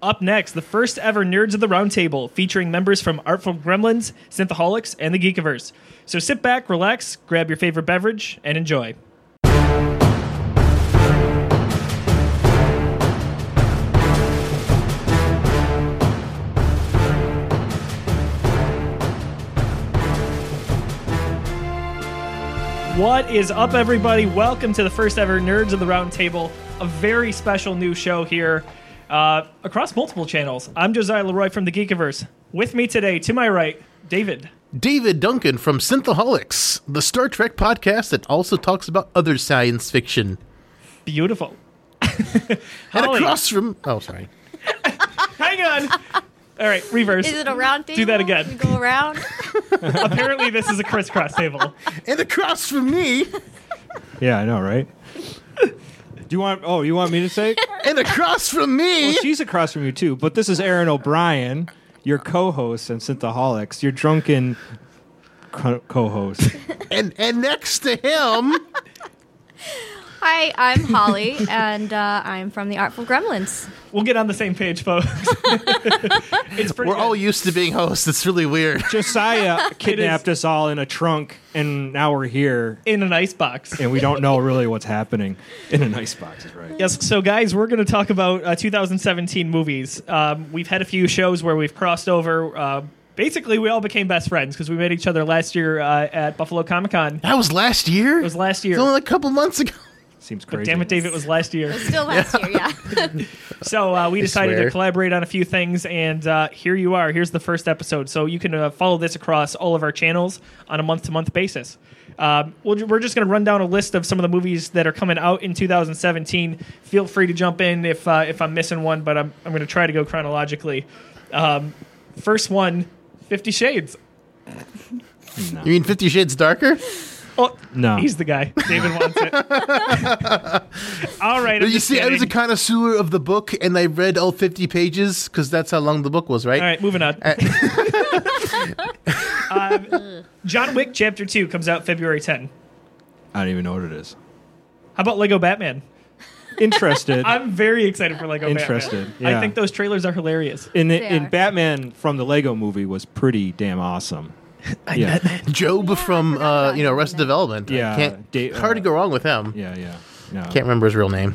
Up next, the first ever Nerds of the Roundtable, featuring members from Artful Gremlins, Synthaholics, and the Geekiverse. So sit back, relax, grab your favorite beverage, and enjoy. What is up, everybody? Welcome to the first ever Nerds of the Roundtable, a very special new show here uh, across multiple channels. I'm Josiah Leroy from the Geekiverse. With me today, to my right, David. David Duncan from Synthaholics, the Star Trek podcast that also talks about other science fiction. Beautiful. And Holly, across from, oh, sorry, hang on. All right, reverse. Is it Mm-hmm. a round table? Do that again. We go around. Apparently, this is a crisscross table. and across from me, Yeah, I know, right? Do you want? Oh, you want me to say? it? and across from me. She's across from you too, but this is Aaron O'Brien, your co-host and Synthaholics, your drunken co- co-host. and and next to him, Hi, I'm Holly, and uh, I'm from the Artful Gremlins. We'll get on the same page, folks. it's pretty. we're good. all used to being hosts. It's really weird. Josiah kidnapped us all in a trunk, and now we're here, in an ice box. and we don't know really what's happening in an icebox, is right? Yes, so guys, we're going to talk about uh, 2017 movies. Um, we've had a few shows where we've crossed over. Uh, basically, we all became best friends because we met each other last year uh, at Buffalo Comic Con. That was last year. It was last year. It's only a couple months ago. Seems crazy. Damn it, Dave, it was last year. Still last year, yeah. So uh, we decided to swear. collaborate on a few things, and uh, here you are. Here's the first episode. So you can uh, follow this across all of our channels on a month to month basis. Um, we'll, ju- we're just going to run down a list of some of the movies that are coming out in 2017. Feel free to jump in if uh, if I'm missing one, but I'm, I'm going to try to go chronologically. Um, first one, Fifty Shades. You mean Fifty Shades Darker? Oh, No. he's the guy. David wants it. all right. I'm you just see, I was a kidding. connoisseur of the book, and I read all fifty pages because that's how long the book was, right? All right, moving on. Um, John Wick Chapter 2 comes out February 10. I don't even know what it is. How about Lego Batman? Interested. I'm very excited for Lego Batman. Interested, I yeah. think those trailers are hilarious. in They in are. Batman from the Lego Movie was pretty damn awesome. yeah. Job from forgot uh, about you know him, Arrested yeah. Development. I Yeah, can't Da- hard to uh, go wrong with him. Yeah, yeah. No. Can't remember his real name.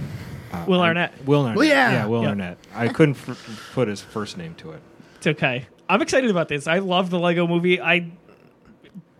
Will Arnett. Will Arnett. Well, yeah. Will Yeah. Arnett. I couldn't f- put his first name to it. It's okay. I'm excited about this. I love the Lego movie. I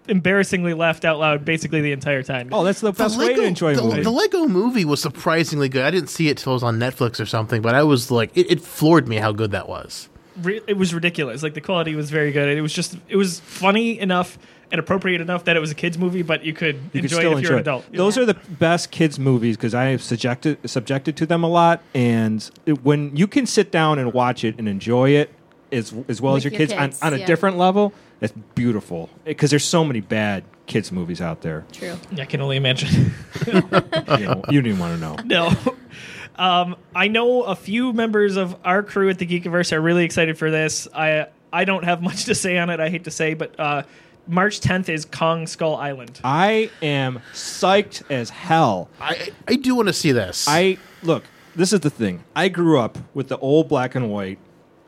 embarrassingly laughed out loud basically the entire time. Oh, that's the best way to enjoy a the, movie. the Lego movie was surprisingly good. I didn't see it till it was on Netflix or something, but I was like, it, it floored me how good that was. Re- it was ridiculous. Like the quality was very good. It was just it was funny enough and appropriate enough that it was a kids movie, but you could you could enjoy still it if enjoy you're an it. adult. Those are the best kids movies because I have subjected subjected to them a lot, and it- when you can sit down and watch it and enjoy it as as well as your With your kids, kids, on, on a yeah. different level, it's beautiful because there's so many bad kids movies out there. True. I can only imagine. You, know, you didn't want to know. No. Um, I know a few members of our crew at the Geekiverse are really excited for this. I I don't have much to say on it. I hate to say, but uh, March 10th is Kong Skull Island. I am psyched as hell I I do want to see this. I look. This is the thing. I grew up with the old black and white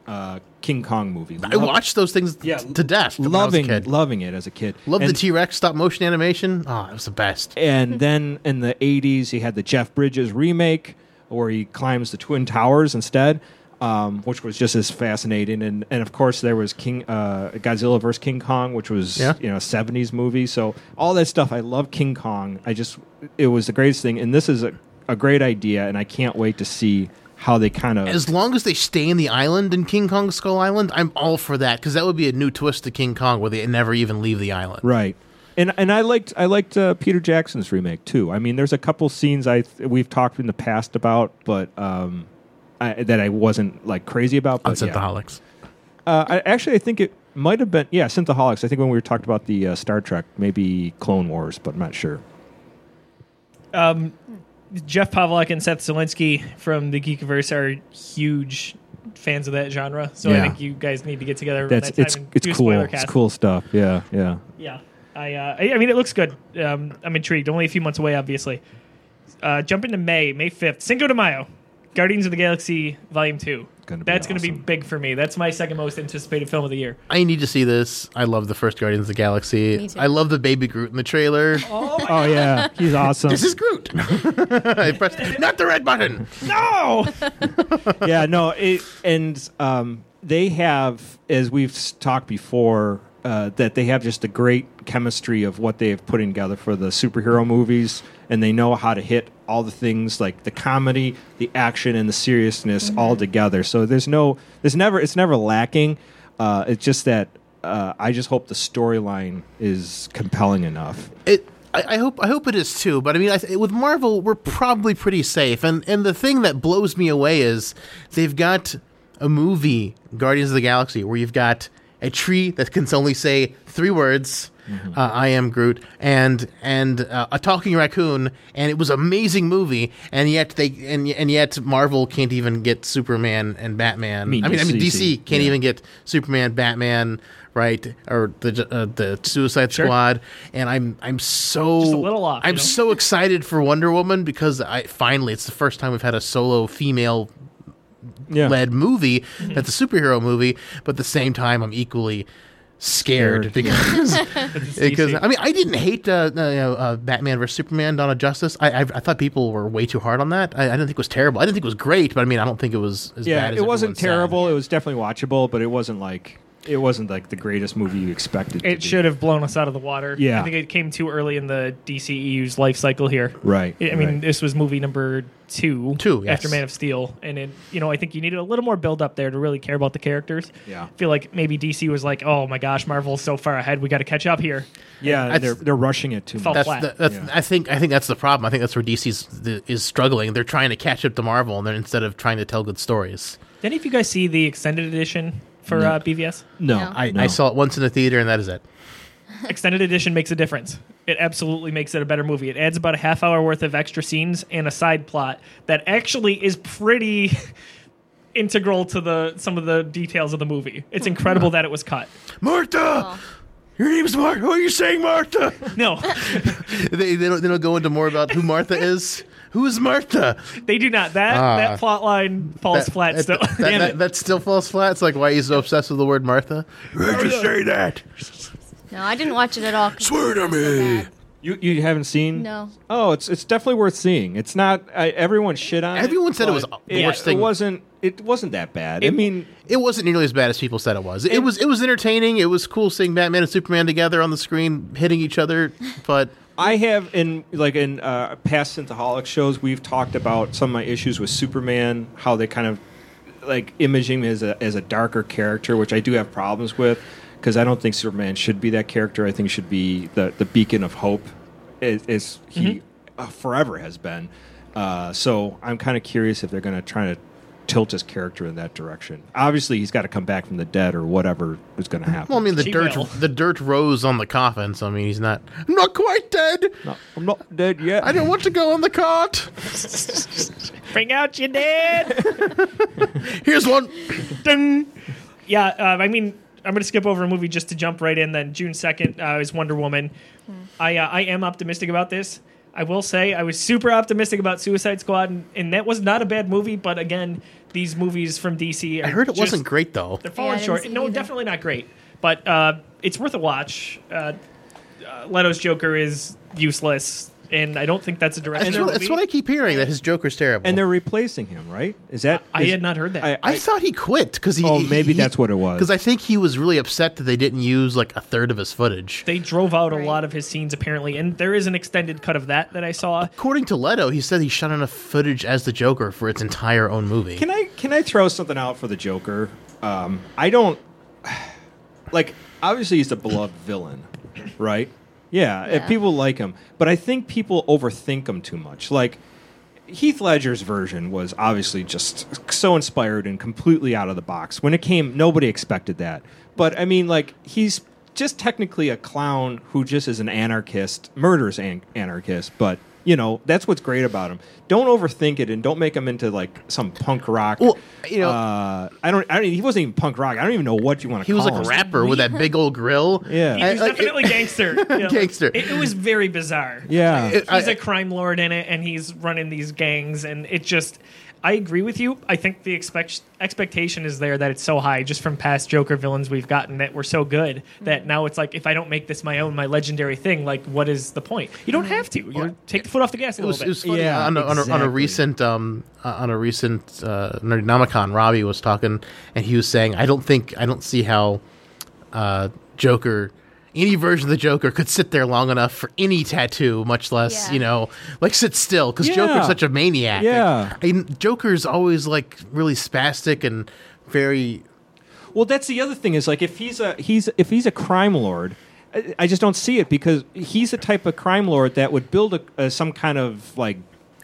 uh, King Kong movie. I watched those things Yeah, t- to death. when I was a loving, kid. loving it as a kid. Love the and, T Rex stop motion animation. Oh, it was the best. And then in the '80s, he had the Jeff Bridges remake, where he climbs the Twin Towers instead, um, which was just as fascinating. And and of course, there was King uh, Godzilla vs King Kong, which was Yeah. you know a '70s movie. So all that stuff. I love King Kong. I just it was the greatest thing. And this is a, a great idea, and I can't wait to see how they kind of As long as they stay in the island in King Kong Skull Island, I'm all for that because that would be a new twist to King Kong where they never even leave the island. Right. And and I liked I liked uh, Peter Jackson's remake too. I mean, there's a couple scenes I th- we've talked in the past about, but um, I, that I wasn't like crazy about. On But yeah. Synthaholics. uh, I, actually, I think it might have been yeah, Synthaholics. I think when we were talked about the uh, Star Trek, maybe Clone Wars, but I'm not sure. Jeff Pavlak and Seth Zielinski from the Geekiverse are huge fans of that genre, so I Yeah. think you guys need to get together. That's around that it's time and it's do a cool. spoiler It's cast. cool stuff. Yeah, yeah. Yeah, I, uh, I I mean it looks good. Um, I'm intrigued. Only a few months away, obviously. Uh, jump into May, May 5th, Cinco de Mayo. Guardians of the Galaxy Volume Two. Gonna be That's going to be awesome. big for me. That's my second most anticipated film of the year. I need to see this. I love the first Guardians of the Galaxy. Me too. I love the baby Groot in the trailer. Oh yeah, he's awesome. This is Groot. I pressed not the red button. No, yeah, no, it, and um, they have, as we've s- talked before, uh, that they have just a great chemistry of what they have put together for the superhero movies, and they know how to hit all the things like the comedy, the action, and the seriousness all together. So there's no, there's never, it's never lacking. Uh, it's just that uh, I just hope the storyline is compelling enough. It. I, I hope. I hope it is too. But I mean, I th- with Marvel, we're probably pretty safe. And and the thing that blows me away is they've got a movie Guardians of the Galaxy where you've got a tree that can only say three words. Uh, I am Groot, and and uh, a talking raccoon, and it was an amazing movie. And yet they and and yet Marvel can't even get Superman and Batman. mean, I mean, I mean DC, DC can't yeah. even get Superman, Batman, right, or the uh, the Suicide Squad. And I'm I'm so Just a little off, I'm you know? so excited for Wonder Woman because I finally it's the first time we've had a solo female Yeah. led movie Mm-hmm. that's a superhero movie, but at the same time I'm equally scared Scared, because because DC. I mean I didn't hate uh, uh, you know, uh, Batman versus Superman Dawn of Justice I, I I thought people were way too hard on that I, I didn't think it was terrible I didn't think it was great but I mean I don't think it was as yeah, bad as it wasn't everyone said. terrible. It was definitely watchable, but it wasn't like it wasn't like the greatest movie you expected. to it be. should have blown us out of the water. Yeah. I think it came too early in the DCEU's life cycle here. Right, I I mean, right. this was movie number two, Two, yes. after Man of Steel, and it, you know, I think you needed a little more build up there to really care about the characters. Yeah. I feel like maybe DC was like, oh my gosh, Marvel's so far ahead, we got to catch up here. Yeah, That's- they're they're rushing it too Felt- much. That's flat. the, that's, Yeah. I think I think that's the problem. I think that's where DC's the, is struggling. They're trying to catch up to Marvel, and they're instead of trying to tell good stories. Did any of you guys see the extended edition for uh, BVS? No, No. I, no. I saw it once in the theater, and that is it. extended edition makes a difference. It absolutely makes it a better movie. It adds about a half hour worth of extra scenes and a side plot that actually is pretty integral to the some of the details of the movie. It's incredible that it was cut. Martha, Oh. your name's Martha. Who are you saying, Martha? No, they they don't, they don't go into more about who Martha is. Who is Martha? they do not. That Ah. that plot line falls That- flat that, still. That, Damn that- it. that still falls flat. It's like why are you so obsessed with the word Martha? Why'd you say that? No, I didn't watch it at all. 'cause Swear to me. bad. you you haven't seen. No. Oh, it's it's definitely worth seeing. It's not I, everyone shit on. Everyone it, said it but was the it, worst thing. It wasn't. It wasn't that bad. I mean, It wasn't nearly as bad as people said it was. It, was it was entertaining. It was cool seeing Batman and Superman together on the screen hitting each other, but I have in like in uh, past synthaholic shows, we've talked about some of my issues with Superman, how they kind of like imaging him as a as a darker character, which I do have problems with because I don't think Superman should be that character. I think he should be the the beacon of hope, as, as he Mm-hmm. uh, forever has been. Uh, so I'm kind of curious if they're going to try to tilt his character in that direction. Obviously, he's got to come back from the dead or whatever is going to happen. Mm-hmm. well, I mean the She dirt will. the dirt rose on the coffin, so I mean he's not I'm not quite dead. No, I'm not dead yet. I don't want to go on the cart. Bring out your dead. Here's one. Ding. Yeah, uh, I mean, I'm going to skip over a movie just to jump right in. Then June 2nd uh, is Wonder Woman. I uh, I am optimistic about this. I will say I was super optimistic about Suicide Squad, and, and that was not a bad movie. But again, these movies from DC, are I heard it just- wasn't great though. They're falling Yeah, I didn't short. see it No, either. definitely not great. But uh, it's worth a watch. Uh, uh, Leto's Joker is useless, and I don't think that's a direction. That's it what, would that's be. what I keep hearing that his Joker's terrible. and they're replacing him, right? Is that I is- had not heard that. I thought he quit because he. Oh, maybe that's what it was. Because I think he was really upset that they didn't use like a third of his footage. They drove out a Right. lot of his scenes apparently, and there is an extended cut of that that I saw. According to Leto, he said he shot enough footage as the Joker for its entire own movie. Can I can I throw something out for the Joker? Um, I don't like. Obviously, he's a beloved villain, right? Yeah, and Yeah. people like him, but I think people overthink him too much. Like Heath Ledger's version was obviously just so inspired and completely out of the box. When it came, nobody expected that. But I mean, like he's just technically a clown who just is an anarchist, murders an- anarchist, but. You know that's what's great about him. Don't overthink it, and don't make him into like some punk rock. Well, you know- uh, I don't. I don't. He wasn't even punk rock. I don't even know what you want to. He was call like a him. rapper with that big old grill. Yeah. He was I- I- definitely gangster. you know. Gangster. It, it was very bizarre. Yeah. It- He's I- a crime lord in it, and he's running these gangs, and it just. I agree with you. I think the expect- expectation is there that it's so high just from past Joker villains we've gotten that were so good that now it's like if I don't make this my own, my legendary thing, like what is the point? You don't have to. You take the foot off the gas a It was, little it bit. was funny Yeah, on, a, on, a, on exactly. a recent um, uh, on a recent uh, Nerdnomicon. Robbie was talking, and he was saying, "I don't think I don't see how uh, Joker, any version of the Joker, could sit there long enough for any tattoo, much less Yeah. you know, like sit still, because Yeah. Joker's such a maniac. Like, Yeah. I mean, Joker's always like really spastic and very Well, that's the other thing is like if he's a he's if he's a crime lord, I, I just don't see it because he's the type of crime lord that would build a, a some kind of like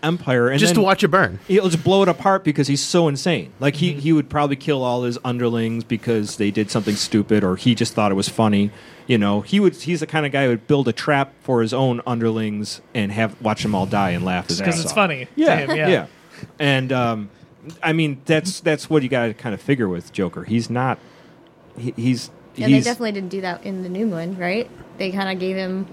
empire and just then to watch it burn. He'll just blow it apart because he's so insane. Like Mm-hmm. he, he would probably kill all his underlings because they did something stupid or he just thought it was funny. You know, he would he's the kind of guy who would build a trap for his own underlings and have watch them all die and laugh his ass Because it's off. funny. to Yeah, him, yeah, And um, I mean, that's that's what you got to kind of figure with Joker. He's not. He, he's. Yeah, they he's definitely didn't do that in the new one, right? They kind of gave him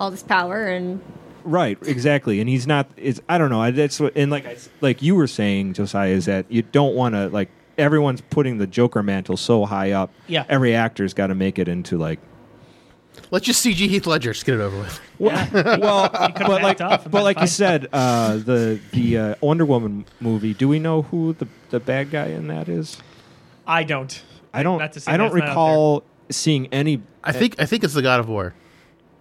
all this power and right, exactly, and he's not. It's I don't know. I- That's what, and like I s like you were saying, Josiah, is that you don't want to like everyone's putting the Joker mantle so high up. Yeah. every actor's got to make it into like. Let's just CG Heath Ledger. Just get it over with. Well, well but backed like, off and but been like you fine. said, uh, the the uh, Wonder Woman movie. Do we know who the the bad guy in that is? I don't. I don't. Not to say I don't that's not out recall seeing any. I think I think it's the God of War.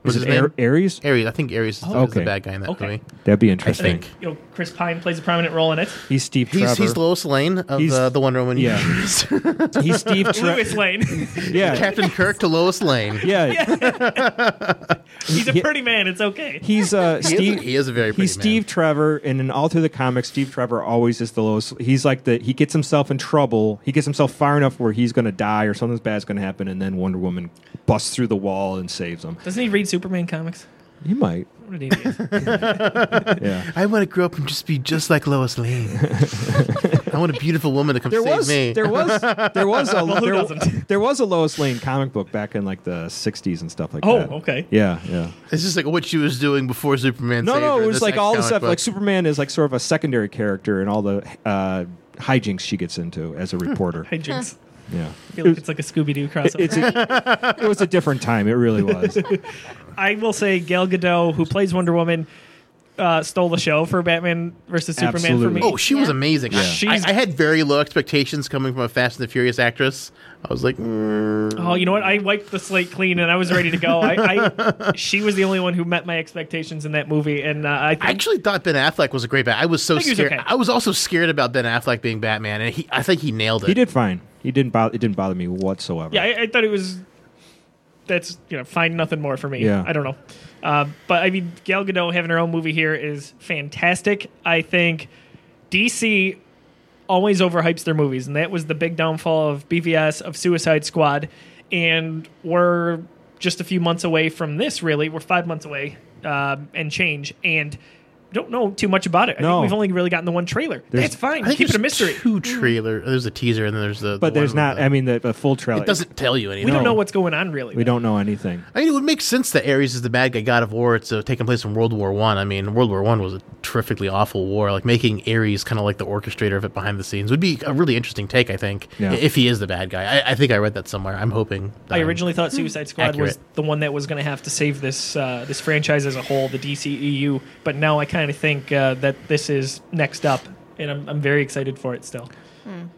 What's is his it Ar- name? Ares? Oh, Ares. I think Aries is, the- is Okay. the bad guy in that Okay. movie. That'd be I interesting. think you know Chris Pine plays a prominent role in it. He's Steve Trevor. He's, he's Lois Lane of uh, He's- the, the Wonder Woman yeah. universe. He's Steve Louis Trevor. Lane. Yeah. Captain Kirk to Lois Lane. Yeah. He's a Yeah. pretty man. It's okay. He's uh He, Steve is, he is a very pretty He's man. Steve Trevor, and in all through the comics, Steve Trevor always is the lowest. He's like the he gets himself in trouble. He gets himself far enough where he's going to die or something bad's going to happen, and then Wonder Woman busts through the wall and saves him. Doesn't he read Superman comics? He might, What an idiot. yeah. I want to grow up and just be just like Lois Lane. I want a beautiful woman to come There save was, me. there was there was a who there, doesn't? there was a Lois Lane comic book back in like the '60s and stuff like Oh, that. okay. yeah, yeah. it's just like what she was doing before Superman. No, saved no, her. it was This like next all the comic stuff. book. Like Superman is like sort of a secondary character and all the uh, hijinks she gets into as a reporter. Hey, Jinx. yeah, I feel like it's like a Scooby Doo crossover. it's it was a different time. It really was. I will say Gal Gadot, who plays Wonder Woman, uh, stole the show for Batman versus Superman for Absolutely. me. oh, she was Yeah. amazing. I- She's- I, I had very low expectations coming from a Fast and the Furious actress. I was like, mm. Oh, you know what? I wiped the slate clean and I was ready to go. I, I she was the only one who met my expectations in that movie, and uh, I I think actually thought Ben Affleck was a great bat. I was so think he was scared. okay. I was also scared about Ben Affleck being Batman, and he, I think he nailed it. He did fine. He didn't bother. It didn't bother me whatsoever. yeah, I, I thought it was. That's you know, find nothing more for me. Yeah. I don't know, uh, but I mean, Gal Gadot having her own movie here is fantastic. I think DC always overhypes their movies, and that was the big downfall of BVS of Suicide Squad. And we're just a few months away from this. Really, we're five months away um, and change, and don't know too much about it. I No. think we've only really gotten the one trailer. There's- That's fine. I think Keep it a there's mystery. Two trailer. There's a teaser, and then there's the. but the there's one not. with the- I mean, the, the full trailer. it doesn't tell you anything. we don't No. know what's going on really. We don't know anything. I mean, it would make sense that Ares is the bad guy god of war. It's uh, taking place in World War One. I. mean, World War One was a terrifically awful war. Like making Ares kind of like the orchestrator of it behind the scenes would be a really interesting take. I think Yeah. if he is the bad guy, I, I think I read that somewhere. I'm hoping. that I I'm- originally thought Suicide Squad was Accurate. the one that was going to have to save this uh, this franchise as a whole, the DCEU, but now I kind of think uh, that this is next up, and I'm, I'm very excited for it still.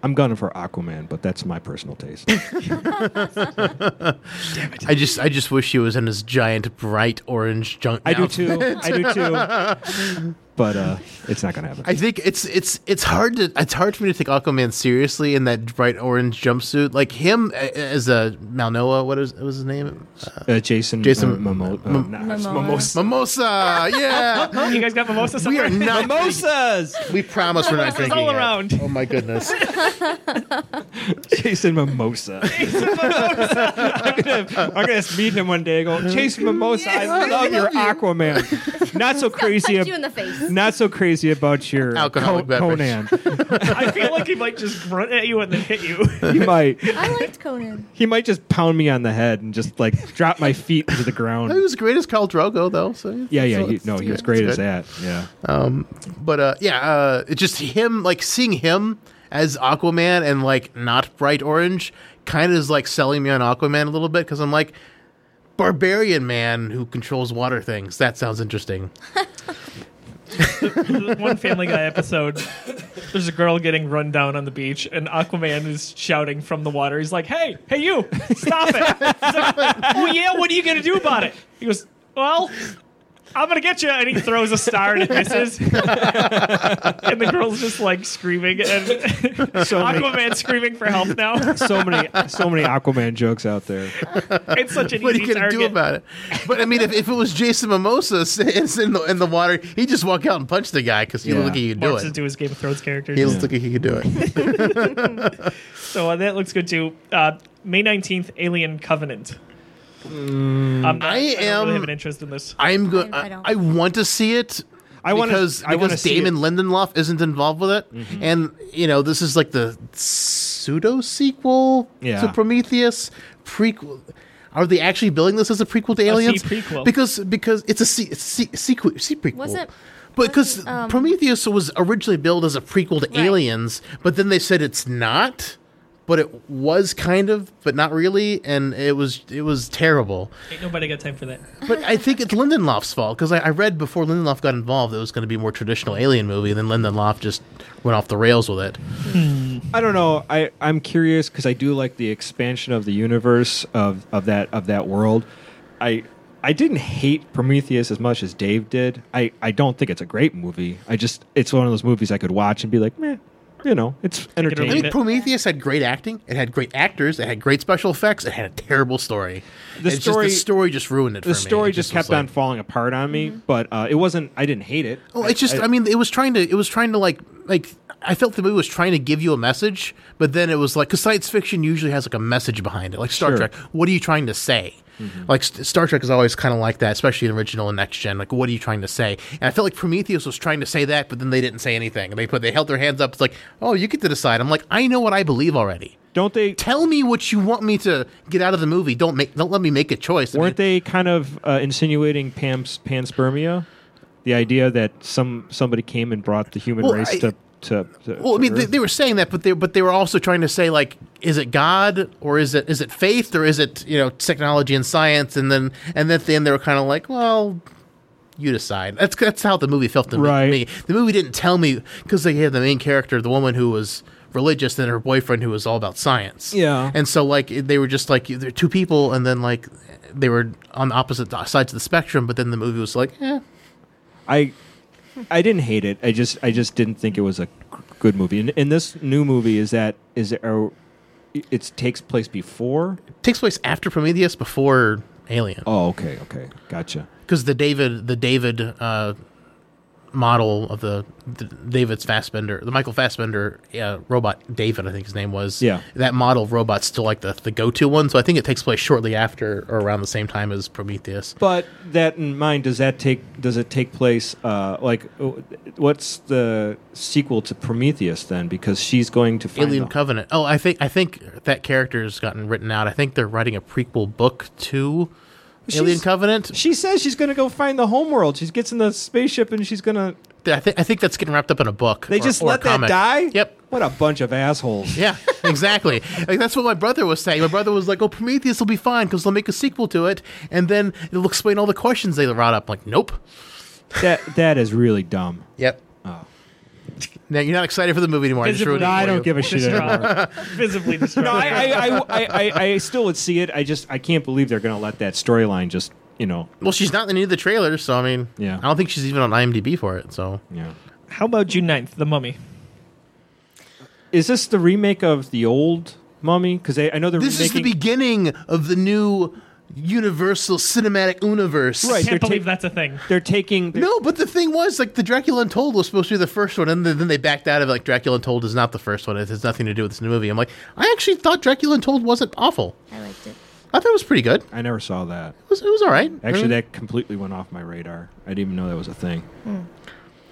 I'm gunning for Aquaman, but that's my personal taste. I just, I just wish he was in his giant bright orange junk. I do now. too. I do too. But uh, it's not going to happen. I think it's it's it's hard to it's hard for me to take Aquaman seriously in that bright orange jumpsuit. Like him a- as a Malnoa, what is what was his name? Uh, Jason. Jason- uh, Momo- uh, nah, it's Momoa. Mimos- Mimosa, yeah. Oh, you guys got mimosa We somewhere? are not. Mimosas. We promise we're Mimosas not drinking all it. around. Oh my goodness! Jason Mimosa. I'm gonna, I'm gonna meet him one day. and Go, Jason Mimosa. I love your Aquaman. not so crazy. Punch ab- you in the face. not so crazy about your Alcoholic Co- Conan. beverage. I feel like he might just grunt at you and then hit you. he might I liked Conan. he might just pound me on the head and just like drop my feet into the He ground. was great as Khal Drogo, though. So Yeah, yeah, so he, it's- no, he was it's great as good. that. Yeah, But uh, yeah, uh, it's just him, like seeing him as Aquaman and like not bright orange, kind of is like selling me on Aquaman a little bit because I'm like, barbarian man who controls water things. That sounds interesting. one Family Guy episode, there's a girl getting run down on the beach, and Aquaman is shouting from the water. He's like, "Hey, hey, you! Stop it!" He's like, well, yeah, what are you gonna do about it? He goes, "Well, I'm gonna get you," and he throws a star and it misses. and the girl's just like screaming, and so many, Aquaman's screaming for help now. so many, so many Aquaman jokes out there. It's such an What are easy you gonna target. do about it? But I mean, if, if it was Jason Mimosa in the in the water, he'd just walk out and punch the guy because he Yeah. looked like he could do Morphs it. into his Game of Thrones characters. He looked like he could do it. So uh, that looks good too. Uh, May 19th, Alien Covenant. I'm not- I I don't really am- have an interest in this. I'm good. I- I I, don't. I want to see it. I wanna- because I wanna because see it. Mm-hmm. Damon Lindelof isn't involved with it, and you know this is like the pseudo sequel Yeah. to Prometheus prequel. Are they actually billing this as a prequel to Aliens? prequel. Because because it's a se- se- sequel, se- prequel. Wasn't- But because wasn't, um, Prometheus was originally billed as a prequel to Right. Aliens, but then they said it's not. But it was kind of, but not really, and it was it was terrible. Ain't nobody got time for that. But I think it's Lindelof's fault because I, I read before Lindelof got involved that it was going to be a more traditional alien movie, and then Lindelof just went off the rails with it. I don't know. I I'm curious because I do like the expansion of the universe of of that of that world. I I didn't hate Prometheus as much as Dave did. I I don't think it's a great movie. I just it's one of those movies I could watch and be like, meh, you know, it or it's I leave entertaining. mean, Prometheus had great acting, it had great actors, it had great special effects, it had a terrible story. The It's just story- the story just ruined it. for The me. story It just, was kept on like- falling apart on me, but uh, it wasn't. I didn't hate it. Mm-hmm. Oh, it's just. I, mean, it was trying to. It was trying to like like. I felt the movie was trying to give you a message, but then it was like because science fiction usually has like a message behind it, like Star Sure. Trek. What are you trying to say? Like S- Star Trek is always kind of like that, especially the original and next gen. Like, what are you trying to say? And I felt like Prometheus was trying to say that, but then they didn't say anything. And they put they held their hands up. It's like, oh, you get to decide. I'm like, I know what I believe already. don't they? Tell me what you want me to get out of the movie. Don't make. Don't let me make a choice. I mean, Weren't they kind of uh, insinuating pam's, panspermia? The idea that some somebody came and brought the human Well, race I- to, to, to. Well, I to mean, they, Earth? they were saying that, but they but they were also trying to say like, is it God or is it is it faith or is it you know technology and science? And then and then at the end they were kind of like, well, you decide. That's that's how the movie felt to me- Right. me. The movie didn't tell me because they had the main character, the woman who was religious, and her boyfriend who was all about science. Yeah. and so like it- they were just like they're two people, and then like they were on opposite sides of the spectrum. But then the movie was like, eh. I I didn't hate it. I just I just didn't think it was a g- good movie. And, and this new movie is that is it, are, it takes place before. takes place after Prometheus, before Alien. Oh, okay, okay, gotcha. because the David the David uh, model of the, the David's Fassbender the Michael Fassbender uh, robot David I think his name was Yeah. that model of robot's still like the the go to one so I think it takes place shortly after or around the same time as Prometheus But that in mind, does that take does it take place uh, like uh, what's the sequel to Prometheus then? Because she's going to find Alien the- Covenant oh I think I think that character's gotten written out I think they're writing a prequel book to Alien She's- Covenant She says she's going to go find the homeworld. She gets in the spaceship and she's going to. I think I think that's getting wrapped up in a book They or- just or a let that comic. die. yep What a bunch of assholes. Yeah, exactly. like, that's what my brother was saying. My brother was like, "Oh, Prometheus will be fine because they'll make a sequel to it, and then it'll explain all the questions they brought up." I'm like, nope. that that is really dumb. Yep. Oh. Now you're not excited for the movie anymore. I just Visibly- ruined it No, I for don't you. give a shit anymore. Distraught. Visibly distraught. No, I, I, I, I, I, I still would see it. I just I can't believe they're going to let that storyline just you know Well, she's not in any of the trailers, so I mean, Yeah. I don't think she's even on IMDb for it. So yeah. How about June 9th, The Mummy? Is this the remake of the old Mummy? Because I know they're this is the remaking- beginning of the new Universal Cinematic Universe. Right. Can't they're believe ta- that's a thing. they're taking they're- No, but the thing was, like, the Dracula Untold was supposed to be the first one, and then then they backed out of it. Like, Dracula Untold is not the first one. It has nothing to do with this new movie. I'm like, I actually thought Dracula Untold wasn't awful. I liked it. I thought it was pretty good. It I never saw that. was, it was all right. Actually, I mean, that completely went off my radar. I didn't even know that was a thing.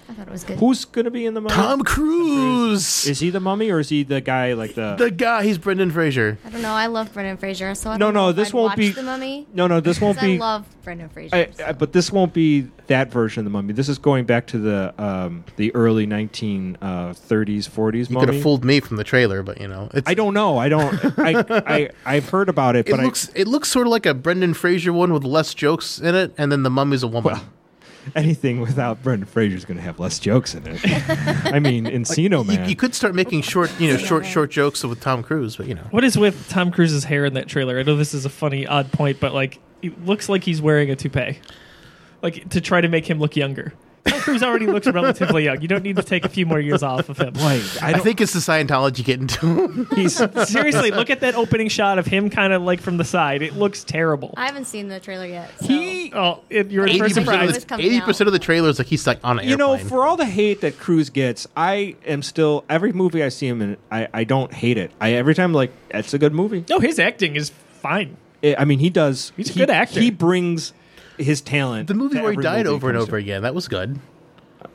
I thought it was good. Who's gonna be in the mummy? Tom Cruise, Is he the mummy or is he the guy like the? the guy. He's Brendan Fraser. I don't know. I love Brendan Fraser, so I no, don't know no, if this I'd won't watch be. the Mummy. No, no, this won't 'cause be. I love Brendan Fraser. I, so. I, but this won't be that version of the mummy. This is going back to the um, the early 1930s, 40s You could mummy. have fooled me from the trailer, but you know, it's, I don't know. I don't. I, I I've heard about it, It but looks it looks sort of like a Brendan Fraser one with less jokes in it, and then the mummy's a woman. I, anything without Brendan Fraser is going to have less jokes in it. I mean, Encino you, Man. you could start making short, you know, short Yeah. short jokes with Tom Cruise, but you know, What is with Tom Cruise's hair in that trailer? I know this is a funny, odd point, but like, it looks like he's wearing a toupee, like to try to make him look younger. Tom Cruise already looks relatively young. You don't need to take a few more years off of him. Boy, I I, don't think it's the Scientology getting to him. He's seriously look at that opening shot of him, kind of like from the side. It looks terrible. I haven't seen the trailer yet. So. He, oh, it, you're in for a Eighty surprise. surprised. Eighty It's coming percent of the trailers like he's like on an you know, airplane. for all the hate that Cruz gets, I am still every movie I see him in, I, I don't hate it. I every time like it's a good movie. No, his acting is fine. I I mean, he does. He's a he- good actor. He brings his talent. the movie to where he every died movie over and comes over to. again, that was good.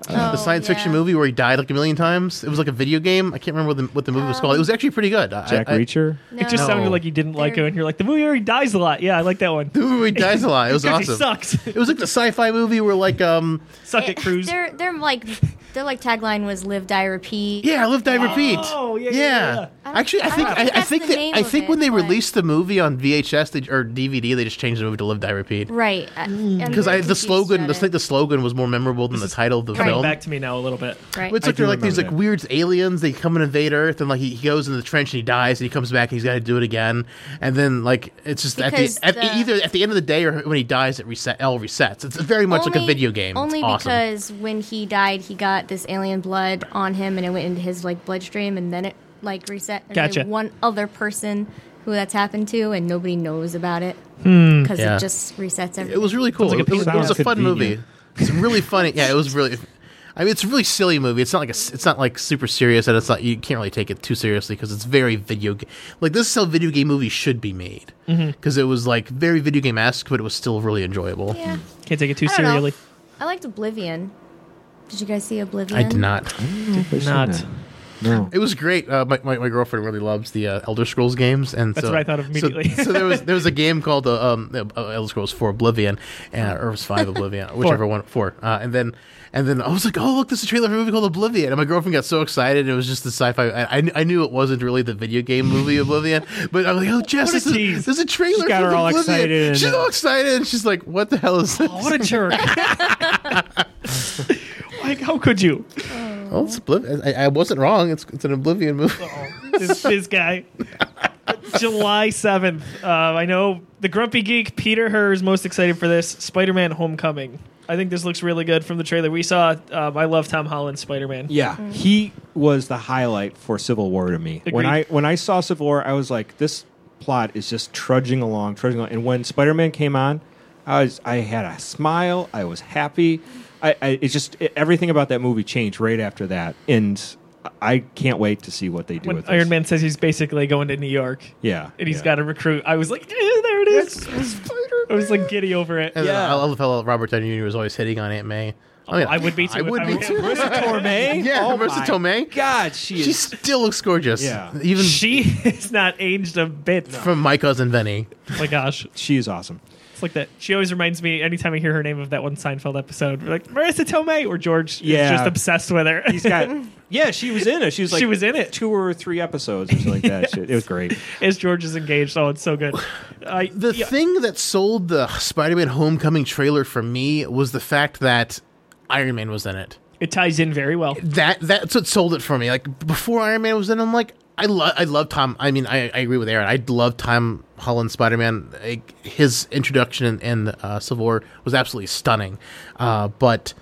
Oh, the science fiction yeah. movie where he died like a million times. It was like a video game. I can't remember what the, what the movie was called. Um, It was actually pretty good. I- Jack I, I, Reacher. No. It just No. sounded like you didn't like They're- him, and you're like, the movie already dies a lot. Yeah, I like that one. The movie where he dies a lot. It was Because He awesome. sucks. It was like the sci-fi movie where like um Suck it, Cruise. Their their Eh, like their like tagline was "Live, Die, Repeat." yeah, live die repeat. Oh, yeah, yeah. yeah, yeah. I don't- Actually, I I think don't I, think I that's think the that name I of think it, when they but- released the movie on VHS they, or DVD, they just changed the movie to live die repeat. Right. Uh, Mm. Because Because I the slogan, I think the slogan was more memorable than the title of the Coming film. back to me now a little bit. right. It's I like they're do like these like remember weird that. aliens. They come and invade Earth, and like he, he goes in the trench and he dies, and he comes back. and He's got to do it again, and then like it's just at the, Because at, the- either at the end of the day or when he dies, it reset. L resets. It's very much like a Only- video game. It's Only awesome. because when he died, he got this alien blood on him, and it went into his like bloodstream, and then it like reset. There's Gotcha. Like, one other person who that's happened to, and nobody knows about it Hmm. because Yeah. it just resets everything. It was really cool. like a it, was, piece of it was a sound. fun Convenient. movie. It's really funny. Yeah, it was really. I mean, it's a really silly movie. It's not like a, s- it's not like super serious, and it's not you can't really take it too seriously because it's very video game. Like this is how video game movies should be made Mm-hmm. because it was like very video game esque, but it was still really enjoyable. yeah. Can't take it too I don't serially. know. I liked Oblivion. Did you guys see Oblivion? I did Mm, not. I've seen Not. that. No. It was great. Uh, my, my, my girlfriend really loves the uh, Elder Scrolls games, and That's so, what I thought of so- immediately. So, there was there was a game called uh, um, uh, Elder Scrolls Four Oblivion, uh, or it was Five Oblivion, whichever one four. Uh, and then and then I was like, oh look, this is a trailer for a movie called Oblivion, and my girlfriend got so excited. and It was just the sci-fi. I, I, I knew it wasn't really the video game movie Oblivion, but I'm like, oh Jess, What a this is, tease. this is a trailer. She got for her all Oblivion. excited and, She's uh, all excited, and she's like, what the hell is this? Oh, what a jerk. like, how could you? Oh, it's Oblivion. I, I wasn't wrong. It's it's an Oblivion movie. This, this guy. July 7th. Uh, I know the grumpy geek, Peter Herr, is most excited for this Spider Man Homecoming. I think this looks really good from the trailer we saw. Um, I love Tom Holland's Spider Man. Yeah, he was the highlight for Civil War to me. When Agreed. I when I saw Civil War, I was like, this plot is just trudging along, trudging along. And when Spider Man came on, I was I had a smile. I was happy. I, I it's just it, everything about that movie changed right after that, and I can't wait to see what they do When with Iron this. Man says he's basically going to New York Yeah, and he's yeah. got to recruit, I was like, eh, there it is. I was like giddy over it. And then Yeah. I love how Robert Downey Jr. was always hitting on Aunt May. I, mean, Oh, I would be too. I would if be were him. too. Marissa Tomei. Yeah, oh Marissa my Tomei. God, she She is. still looks gorgeous. Yeah. Even She is not aged a bit. from My Cousin Vinny. Oh my gosh. She is awesome. It's like that. She always reminds me anytime I hear her name of that one Seinfeld episode. We're like Marissa Tomei or George Yeah. is just obsessed with her. He's got. Yeah, she was in it. She was like She was in it. two or three episodes or something like that. She- It was great. As George is engaged, oh, it's so good. I, The yeah, thing that sold the Spider-Man Homecoming trailer for me was the fact that Iron Man was in it. it ties in very well. That that's what sold it for me. Like before Iron Man was in, I'm like, I love I love Tom. I mean, I, I agree with Aaron. I love Tom Holland Spider-Man. Like, his introduction in, in uh, Civil War was absolutely stunning. Uh, but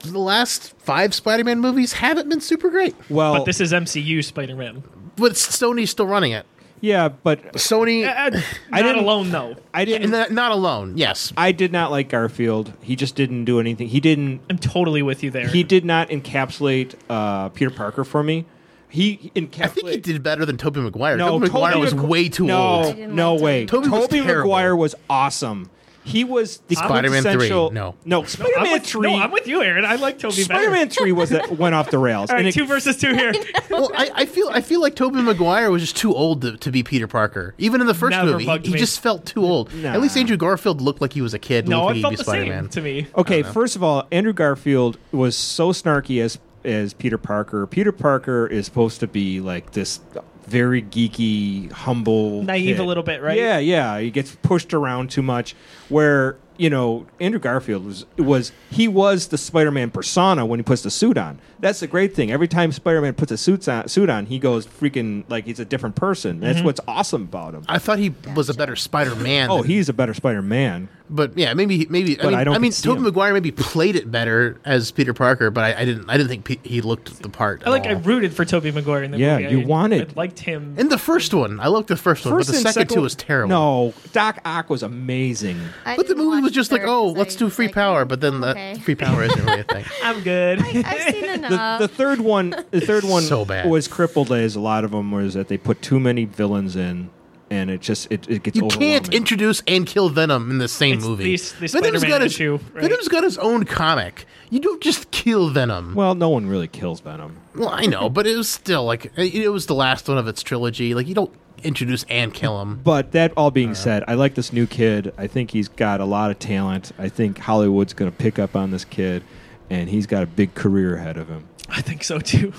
the last five Spider-Man movies haven't been super great. Well, But this is MCU Spider Man. But Sony's still running it. yeah, but Sony Uh, Not didn't- alone though. I and didn't. not- not alone. Yes, I did not like Garfield. He just didn't do anything. He didn't. I'm totally with you there. He did not encapsulate uh, Peter Parker for me. He in I think he Catholic- did better than Toby Maguire. No, Toby Maguire Tobey was Magu- way too no, old. I didn't No, like way. Tobey was Tobey terrible. Maguire was awesome. He was the Spider-Man three, quintessential- no. no. I'm Spider-Man with, three. no, I'm with you, Aaron. I like Toby better. Spider-Man three was that went off the rails. All And right, it- two versus two here. well, I, I feel I feel like Toby Maguire was just too old to, to be Peter Parker. Even in the first Never movie, bugged he, he me. just felt too old. Nah. At least Andrew Garfield looked like he was a kid. and no, looked I like felt he'd the be Spider-Man. same to me. Okay, first of all, Andrew Garfield was so snarky as as Peter Parker. Peter Parker is supposed to be like this very geeky, humble, Naive a kid. little bit, right? Yeah, yeah. He gets pushed around too much. Where you know Andrew Garfield was was he was the Spider-Man persona when he puts the suit on. That's the great thing. Every time Spider-Man puts a suit on, suit on, he goes freaking like he's a different person. That's Mm-hmm. what's awesome about him. I thought he was a better Spider-Man. Oh, than- he's a better Spider-Man. but yeah, maybe maybe. I But mean, I I don't mean, could see Tobey him. Maguire maybe played it better as Peter Parker, but I, I didn't I didn't think Pe- he looked the part. I at like. I all. rooted for Toby Maguire in the Yeah, movie. you I- wanted- I liked him. in the first one, I liked the first one, First but the and second, second two was terrible. No, Doc Ock was amazing. I But the didn't movie was watch just like, third oh, 'cause let's I do was free like, power, but then okay. that free power isn't really a thing. I'm good. I've seen the, enough. the third one the third one so bad. was crippled as a lot of them was that they put too many villains in and it just it, it gets You can't overwhelming. introduce and kill Venom in the same It's movie. the- the Venom's Spider-Man got his issue, right? Venom's got his own comic. You don't just kill Venom. Well, well no one really kills venom I know, but it was still like it it was the last one of its trilogy. Like you don't introduce and kill him. but that all being said i like this new kid i think he's got a lot of talent i think hollywood's going to pick up on this kid and he's got a big career ahead of him I think so too.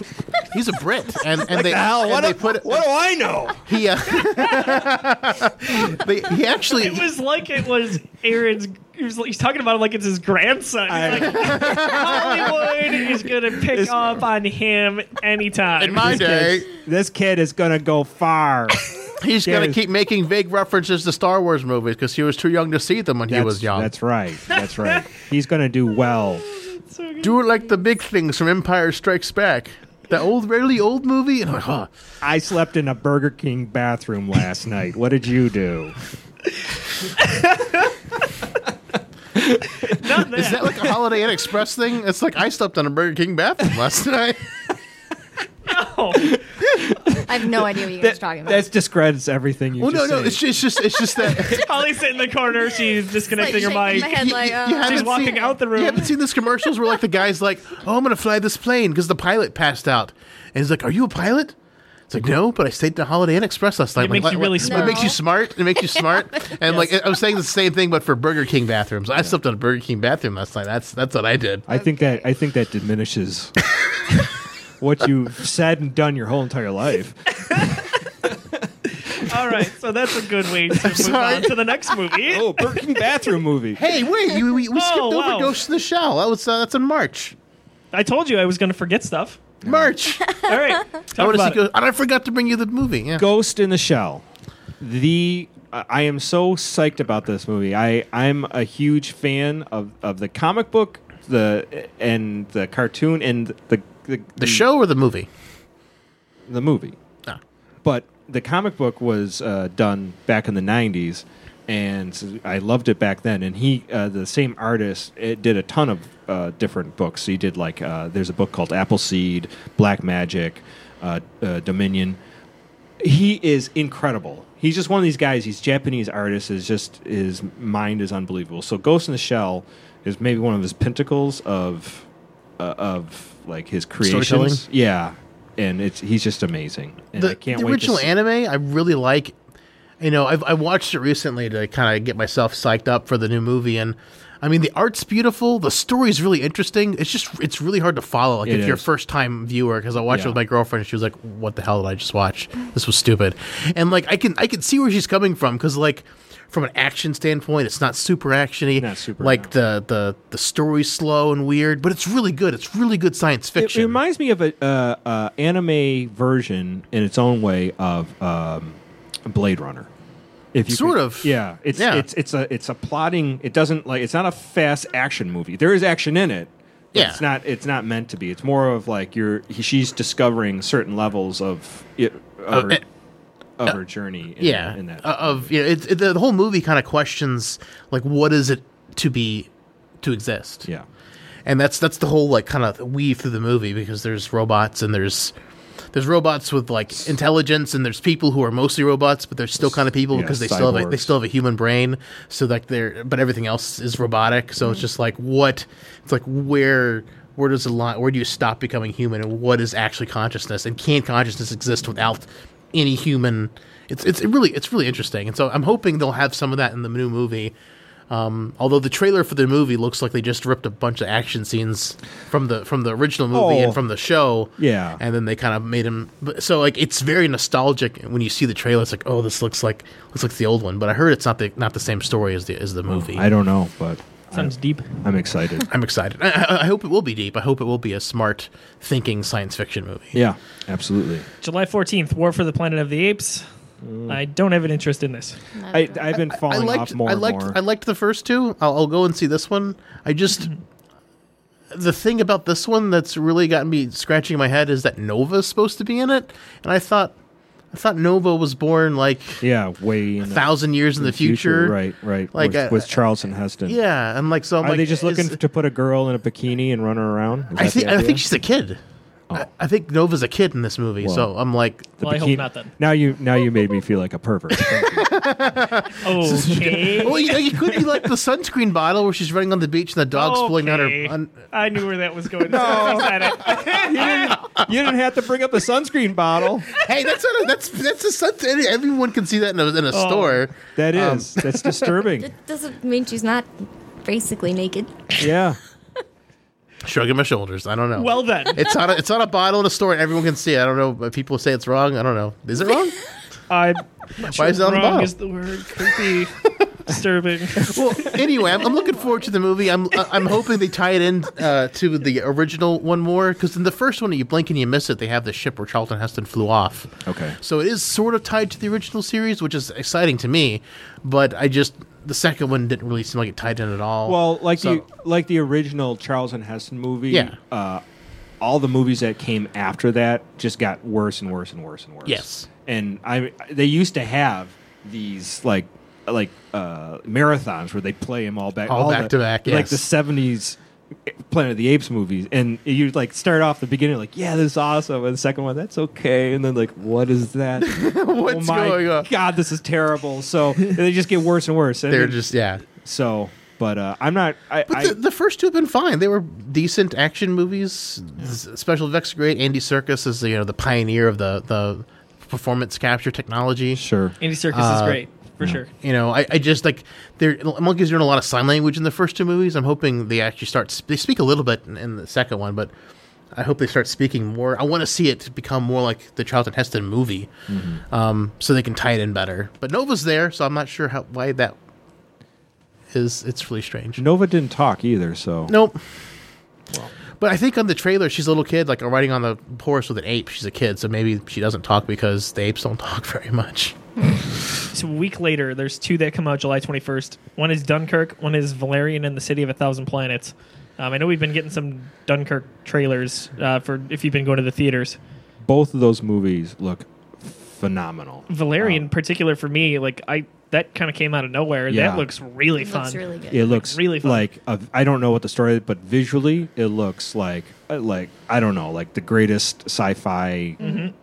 He's a Brit, and and they and they put what do i know he uh, they, he actually It was like it was Aaron's. He was, he's talking about it like it's his grandson. He's like, Hollywood is gonna pick This- up on him anytime. in my day this kid is going to go far he's gonna Yeah. keep making vague references to Star Wars movies because he was too young to see them when he That's- was young. that's right that's right he's going to do well So good. Do it like the big things from Empire Strikes Back. The old, really old movie? And I'm like, huh. I slept in a Burger King bathroom last night. What did you do? Not Is that like a Holiday Inn Express thing? It's like I slept on a Burger King bathroom last night. no. I have no idea what you guys are talking about. That discredits everything you Well, Oh, no, just no, said. it's just, it's just, it's just that Holly's sitting in the corner. She's Like, disconnecting shaking my her mic. head You- like, you- oh. you haven't She's walking seen- out the you room. haven't seen these commercials where like the guy's like, "Oh, I'm gonna fly this plane" because the pilot passed out, and he's like, "Are you a pilot?" It's like, "No, but I stayed at the Holiday Inn Express last night." It Like, makes you like, really it smart. makes you smart. It makes you smart. And like, I was saying the same thing, but for Burger King bathrooms. I slept on a Burger King bathroom last night. That's that's what I did. I think that I think that diminishes what you've said and done your whole entire life. All right, so that's a good way to move sorry. on to the next movie. Oh, Burger King bathroom movie. Hey, wait! You, we, we Oh, skipped over wow. Ghost in the Shell. That was uh, that's in March. I told you I was going to forget stuff. March. All right, I talk want to see about it. Ghost, and I forgot to bring you the movie. Yeah. Ghost in the Shell. The I I am so psyched about this movie. I I'm a huge fan of of the comic book, the and the cartoon and the the, the show or the movie? Ah. the movie. No. but the comic book was uh, done back in the 90s and i loved it back then and he uh, the same artist it did a ton of uh, different books he did like uh, there's a book called appleseed black magic uh, uh, dominion he is incredible he's just one of these guys he's japanese artist is just his mind is unbelievable so ghost in the shell is maybe one of his pentacles of uh, of like his Storytelling? creations yeah and it's he's just amazing and the, I can't the wait original to see- anime i really like you know I've, i watched it recently to kind of get myself psyched up for the new movie and i mean the art's beautiful the story's really interesting it's just it's really hard to follow like It if you're a is. first time viewer because i watched Yeah. it with my girlfriend and she was like what the hell did i just watch this was stupid and like i can i can see where she's coming from because like from an action standpoint it's not super actiony Not super, like the the the story's slow and weird but it's really good it's really good science It fiction reminds me of a uh, uh, anime version in its own way of um, Blade Runner. If you Sort could- of. yeah, it's Yeah. it's it's a it's a plotting. It doesn't like it's not a fast action movie. There is action in it. but Yeah. it's not it's not meant to be. It's more of like you're he- she's discovering certain levels of it, Uh, of, her, it- of her journey. In, uh, yeah in that uh, of you know it, it- the whole movie kind of questions like what is it to be to exist yeah. and that's that's the whole like kind of weave through the movie because there's robots and there's there's robots with like intelligence, and there's people who are mostly robots, but they're still kind of people Yeah, because they still have a, they cyborgs. still have a human brain. So like they're but everything else is robotic. So it's just like what it's like where where does the line where do you stop becoming human and what is actually consciousness and can consciousness exist without any human? It's it's it really it's really interesting, and so I'm hoping they'll have some of that in the new movie. Um, although the trailer for the movie looks like they just ripped a bunch of action scenes from the from the original movie Oh. and from the show, Yeah. and then they kind of made him. but- So like, it's very nostalgic when you see the trailer. It's like, oh, this looks like looks like the old one. But I heard it's not the not the same story as the as the movie. Oh, I don't know, but Sounds deep. I'm excited. I'm excited. I, I, I hope it will be deep. I hope it will be a smart thinking science fiction movie. yeah, absolutely. July 14th, War for the Planet of the Apes. Mm. I don't have an interest in this. I, I've been I falling liked. off more I and liked. more. I liked the first two. I'll, I'll go and see this one. I just. The thing about this one that's really gotten me scratching my head is that Nova's supposed to be in it, and I thought, I thought Nova was born like yeah, way in the thousand years in the future, Right, right. Like, with, uh, with Charlton Heston. Yeah, and like so, I'm Are like, they just looking is- to put a girl in a bikini and run her around? Is I that the think I idea? Oh. think she's a kid. I, I think Nova's a kid in this movie, so Well. I'm like, The Well, I hope bikini- not then. Now you now you made me feel like a pervert. Thank you. Okay. well, you, know, you could be like the sunscreen bottle where she's running on the beach and the dog's pulling out her. Okay. Un- I knew where that was going. no. you didn't have to bring up a sunscreen bottle. hey, that's not a, that's that's a sun. Everyone can see that in a, in a store. That Um, is that's disturbing. That doesn't mean she's not basically naked. yeah. Shrugging my shoulders. I don't know. well then, it's on a, it's on a bottle in a store and everyone can see. it. I don't know. but People say it's wrong. I don't know. Is it wrong? I Why is it on the wrong bottle? is the word creepy, disturbing. well, anyway, I'm, I'm looking forward to the movie. I'm I- I'm hoping they tie it in uh, to the original one more because in the first one, you blink and you miss it. They have the ship where Charlton Heston flew off. Okay. So it is sort of tied to the original series, which is exciting to me. But I just the second one didn't really seem like it tied in at all. Well, like So- the like the original Charles and Heston movie. Yeah. Uh, all the movies that came after that just got worse and worse and worse and worse. Yes. And I they used to have these like like uh, marathons where they play them all back All the- back to back, like yes. the seventies. Planet of the Apes movies, and you like start off the beginning like, yeah, this is awesome, and the second one, that's okay, and then like, what is that? What's oh my going on? god, this is terrible. So and they just get worse and worse. I They're mean, just yeah. so, but uh, I'm not. I, But I, the, the first two have been fine. They were decent action movies. S- Special effects are great. Andy Serkis is you know the pioneer of the the performance capture technology. Sure. Andy Circus is Uh, great for sure. You know, I, I just like they're monkeys doing a lot of sign language in the first two movies. I'm hoping they actually start. sp- They speak a little bit in, in the second one, but I hope they start speaking more. I want to see it become more like the Charlton Heston movie, um, so they can tie it in better. But Nova's there, so I'm not sure how why that is. It's really strange. Nova didn't talk either, so. Nope. But I think on the trailer, she's a little kid, like riding on the horse with an ape. She's a kid, so maybe she doesn't talk because the apes don't talk very much. So a week later, there's two that come out July 21st. One is Dunkirk. One is Valerian and the City of a Thousand Planets. Um, I know we've been getting some Dunkirk trailers uh, for if you've been going to the theaters. Both of those movies look phenomenal. Um, Valerian, in particular for me, like I that kind of came out of nowhere. Yeah. That looks really It fun. looks really good. It looks Really fun. like I I don't know what the story, but visually it looks like uh, like I don't know, like the greatest sci-fi. Mm-hmm.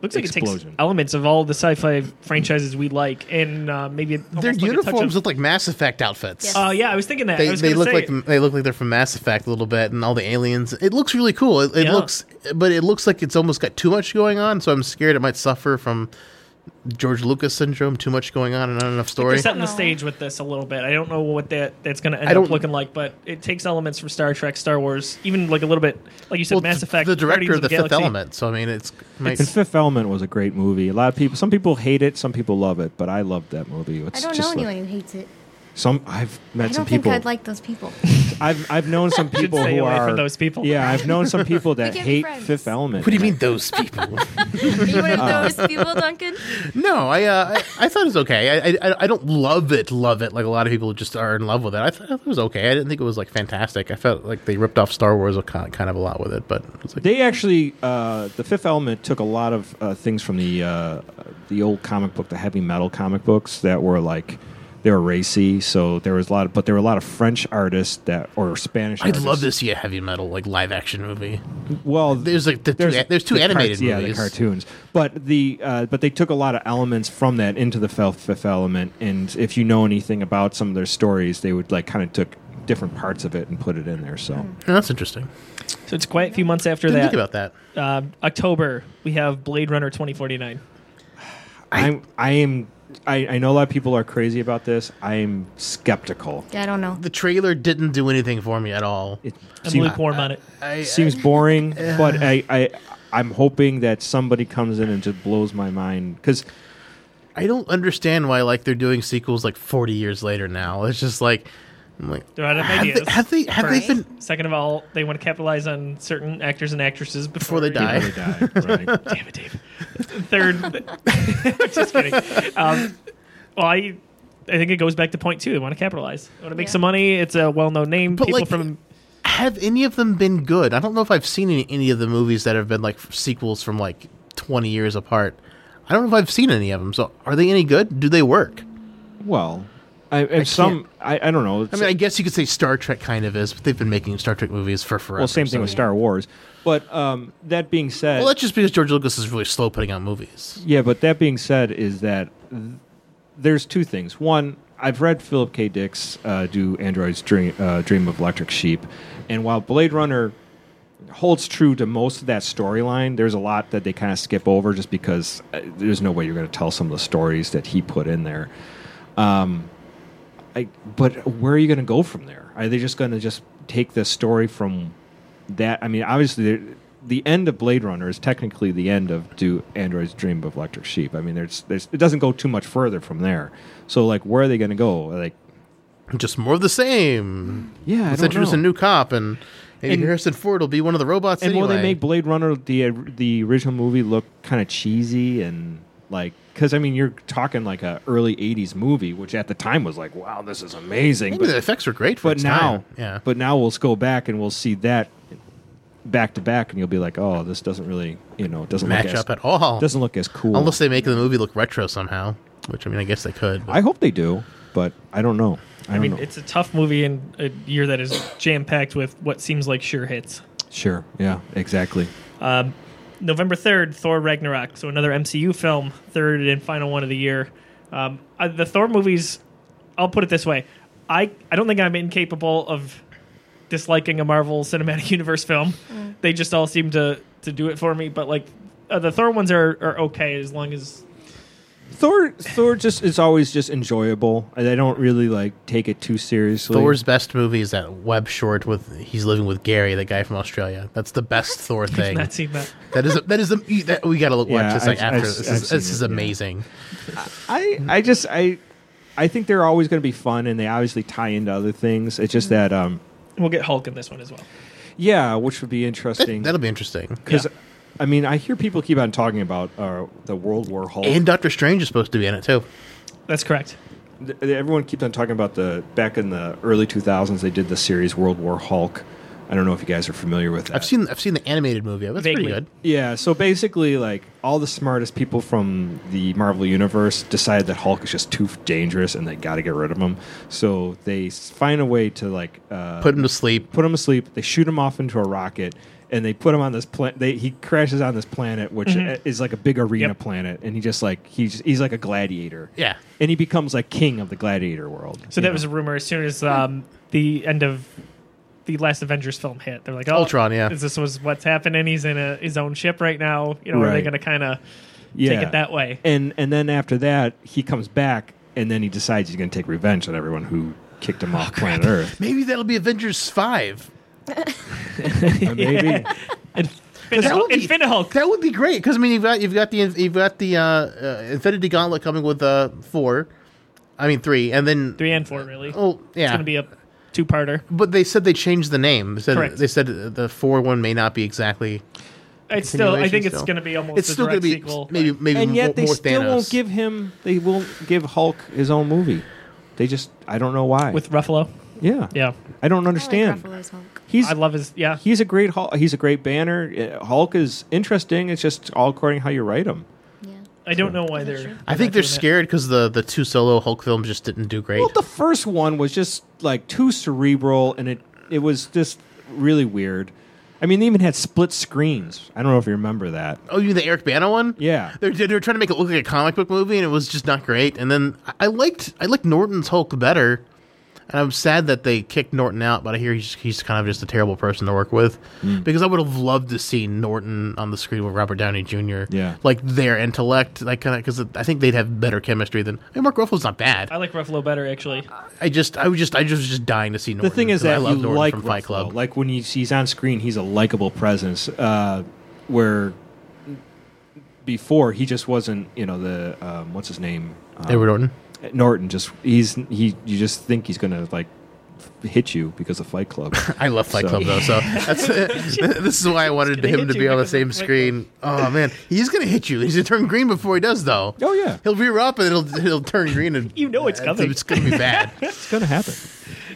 Looks like it Explosion. takes elements of all the sci-fi franchises we like, and uh, maybe almost Their like a touch Of, uniforms look like Mass Effect outfits. Yes. uh, yeah, I was thinking that. I They, was they gonna look say, like they look like they're from Mass Effect a little bit, and all the aliens. It looks really cool. It, it Yeah. looks, but it looks like it's almost got too much going on. So I'm scared it might suffer from George Lucas syndrome. Too much going on and not enough they're story. setting the No. stage with this a little bit. I don't know what that that's going to end I up don't- looking like, but it takes elements from Star Trek, Star Wars, even like a little bit, like you said, Mass th- Effect. the director Guardians of the, Fifth Galaxy. Element. So I mean, it's, might, And Fifth Element was a great movie. A lot of people, some people hate it, some people love it, but I loved that movie. It's I don't know just like- anyone who hates it. Some I've met I some don't think people. I'd like those people. I've I've known some people stay who away are from those people. Yeah, I've known some people that can't be hate friends. Fifth Element. what do you mean those people? Are you one of those people, Duncan? No, I, uh, I I thought it was okay. I, I I don't love it, love it like a lot of people just are in love with it. I thought it was okay. I didn't think it was like fantastic. I felt like they ripped off Star Wars a kind kind of a lot with it, but it's like They actually, uh, the Fifth Element took a lot of uh, things from the uh, the old comic book, the heavy metal comic books that were like They were racy, so there was a lot. Of, but there were a lot of French artists that or Spanish. I'd love to artists. see a heavy metal like live action movie. Well, There's like the two, there's two the animated cartoons- yeah, movies. the cartoons. But the uh, but they took a lot of elements from that into the Fel- fifth element, and if you know anything about some of their stories, they would like kind of took different parts of it and put it in there. So Yeah, that's interesting. So it's quite a few months after Didn't that. think about that. Uh, October, we have Blade Runner 2049. I'm I am I, I know a lot of people are crazy about this. I am skeptical. Yeah, I don't know. The trailer didn't do anything for me at all. It I'm seems, lukewarm on it. I, seems boring, but I, I I'm hoping that somebody comes in and just blows my mind because I don't understand why like they're doing sequels like 40 years later now. It's just like I'm like They're out of have ideas. they have they, have they Right. been Second of all, they want to capitalize on certain actors and actresses before, Before they we- die. they die. Right? Damn it, Dave. Third, just kidding. Um, well, I, I think it goes back to point two. They want to capitalize. They want to make Yeah. some money. It's a well-known name. But, People like, from have any of them been good? I don't know if I've seen any, any of the movies that have been like sequels from like 20 years apart. I don't know if I've seen any of them. So are they any good? Do they work? Well, I, I some I, I don't know. I mean, I guess you could say Star Trek kind of is, but they've been making Star Trek movies for forever. well, same so- thing with Star Wars. But um, that being said, Well, that's just because George Lucas is really slow putting out movies. Yeah, but that being said, is that th- there's two things. One, I've read Philip K. Dick's uh, "Do Androids Dream, uh, Dream of Electric Sheep," and while Blade Runner holds true to most of that storyline, there's a lot that they kind of skip over just because uh, there's no way you're going to tell some of the stories that he put in there. Um, I, but where are you going to go from there? Are they just going to just take the story from that? I mean, obviously, there- the end of Blade Runner is technically the end of Do Androids Dream of Electric Sheep? I mean, there's, there's, it doesn't go too much further from there. So, like, where are they going to go? Like, Just more of the same. Yeah, I let's don't introduce a know. new cop, and, and, And- Harrison Ford will be one of the robots. and anyway. will they make Blade Runner the the original movie look kind of cheesy and like? Because I mean, you're talking like a early '80s movie, which at the time was like, wow, this is amazing. Maybe but- the effects were great for but its now, time. yeah. But now we'll go back and we'll see that back to back, and you'll be like, oh, this doesn't really, you know, it doesn't match look as, up at all. Doesn't look as cool. Unless they make the movie look retro somehow, which I mean, I guess they could. but- I hope they do, but I don't know. I, I don't mean, know. it's a tough movie in a year that is jam packed with what seems like sure hits. sure, yeah, exactly. Um, November 3rd, Thor Ragnarok. So another MCU film, third and final one of the year. Um, uh, the Thor movies, I'll put it this way I, I don't think I'm incapable of disliking a Marvel Cinematic Universe film. They just all seem to, to do it for me. But like uh, the Thor ones are, are okay as long as. Thor, Thor just is always just enjoyable. I I don't really like take it too seriously. Thor's best movie is that web short with he's living with Gary, the guy from Australia. That's the best Thor thing. Not seen that. that is a, that is a, that we gotta look Yeah, watch this like after I've- I've- this I've is, seen this is it, yeah. amazing. I I just I I think they're always going to be fun, and they obviously tie into other things. It's just that um We'll get Hulk in this one as well. yeah, which would be interesting. That'll be interesting. because Yeah. I mean I hear people keep on talking about uh, the World War Hulk. And Doctor Strange is supposed to be in it too. That's correct. Th- everyone keeps on talking about the back in the early 2000s they did the series World War Hulk. I don't know if you guys are familiar with that. I've seen I've seen the animated movie. of it. It's pretty Vaguely. good. Yeah, so basically, like all the smartest people from the Marvel universe decided that Hulk is just too f- dangerous, and they got to get rid of him. So they s- find a way to like uh, Put him to sleep. put him asleep. They shoot him off into a rocket, and they put him on this planet. He crashes on this planet, which uh, is like a big arena Mm-hmm. Yep. planet, and he just like he's he's like a gladiator. Yeah. and he becomes like king of the gladiator world. So you that know? was a rumor as soon as um, the end of the last Avengers film hit. They're like, oh, Ultron, yeah. This was what's happening. He's in a, his own ship right now. You know, are they Right. going to kind of take it that way? And and then after that, he comes back, and then he decides he's going to take revenge on everyone who kicked Oh, him off planet Earth. Maybe that'll be Avengers five. Or Maybe And Infin- Infinihulk. That would be great because I mean you've got you've got the you've got the uh, uh, Infinity Gauntlet coming with uh, four, I mean three, and then Three and four, really. oh yeah, It's going to be a two-parter. But they said they changed the name. They said Correct. they said the four one may not be exactly. It's still, I think Oh, it's still. going to be almost It's a still going to direct be sequel. maybe maybe and yet more, they more still Thanos. won't give him. They won't give Hulk his own movie. They just I don't know why. With Ruffalo. yeah Yeah. I don't I like understand. Ruffalo's Hulk. he's I love his, yeah. he's a great Hulk. He's a great Banner. Uh, Hulk is interesting. It's just all according to how you write him. Yeah. I don't know why they're. I think they're scared because the the two solo Hulk films just didn't do great. Well, the first one was just like too cerebral, and it it was just really weird. I mean, they even had split screens. I don't know if you remember that. oh, you mean the Eric Bana one? Yeah. They're, they're trying to make it look like a comic book movie, and it was just not great. And then I- I liked I liked Norton's Hulk better, and I'm sad that they kicked Norton out. But I hear he's he's kind of just a terrible person to work with, Mm. because I would have loved to see Norton on the screen with Robert Downey Jr. Yeah. like their intellect, like kind of because I think they'd have better chemistry than. I mean, Mark Ruffalo's not bad. I Uh, like Ruffalo better actually. I just I was just I just was just dying to see Norton. The thing is 'cause I that you love Norton like from Fight Ruffalo. Club. Like when you, he's on screen, he's a likable presence. Uh, where before he just wasn't, you know, the um, what's his name, um, Edward Norton. Norton. Just he's he. You just think he's gonna like hit you because of Fight Club. I love Fight So- Club though, so that's this is why I wanted gonna him hit to you be on the because of same Fight Club. screen. Oh man, he's gonna hit you. He's gonna turn green before he does though. Oh, yeah. he'll rear up and it'll he'll turn green and You know it's uh, coming. It's gonna be bad. it's gonna happen.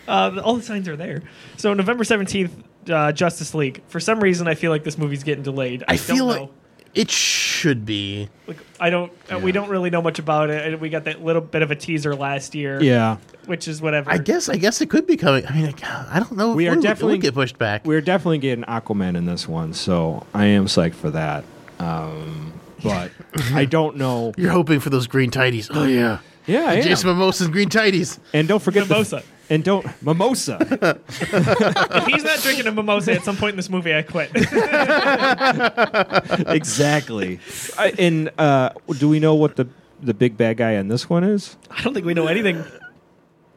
Uh, all the signs are there. So November seventeenth, uh, Justice League. For some reason, I feel like this movie's getting delayed. I, I don't feel know. like it should be. Like, I don't. uh We don't really know much about it. We got that little bit of a teaser last year. Yeah. which is whatever. I guess I guess it could be coming. I mean, like, I don't know. if We are it would- it would definitely- get pushed back. We're definitely getting Aquaman in this one, so I am psyched for that. Um, but I don't know. You're hoping for those green tidies. Oh yeah, Yeah, I am. Jason Momoa's green tidies. and don't forget the- Mimosa. and don't mimosa. if he's not drinking a mimosa at some point in this movie, I quit. exactly. I, and uh, do we know what the the big bad guy in this one is? I don't think we know anything.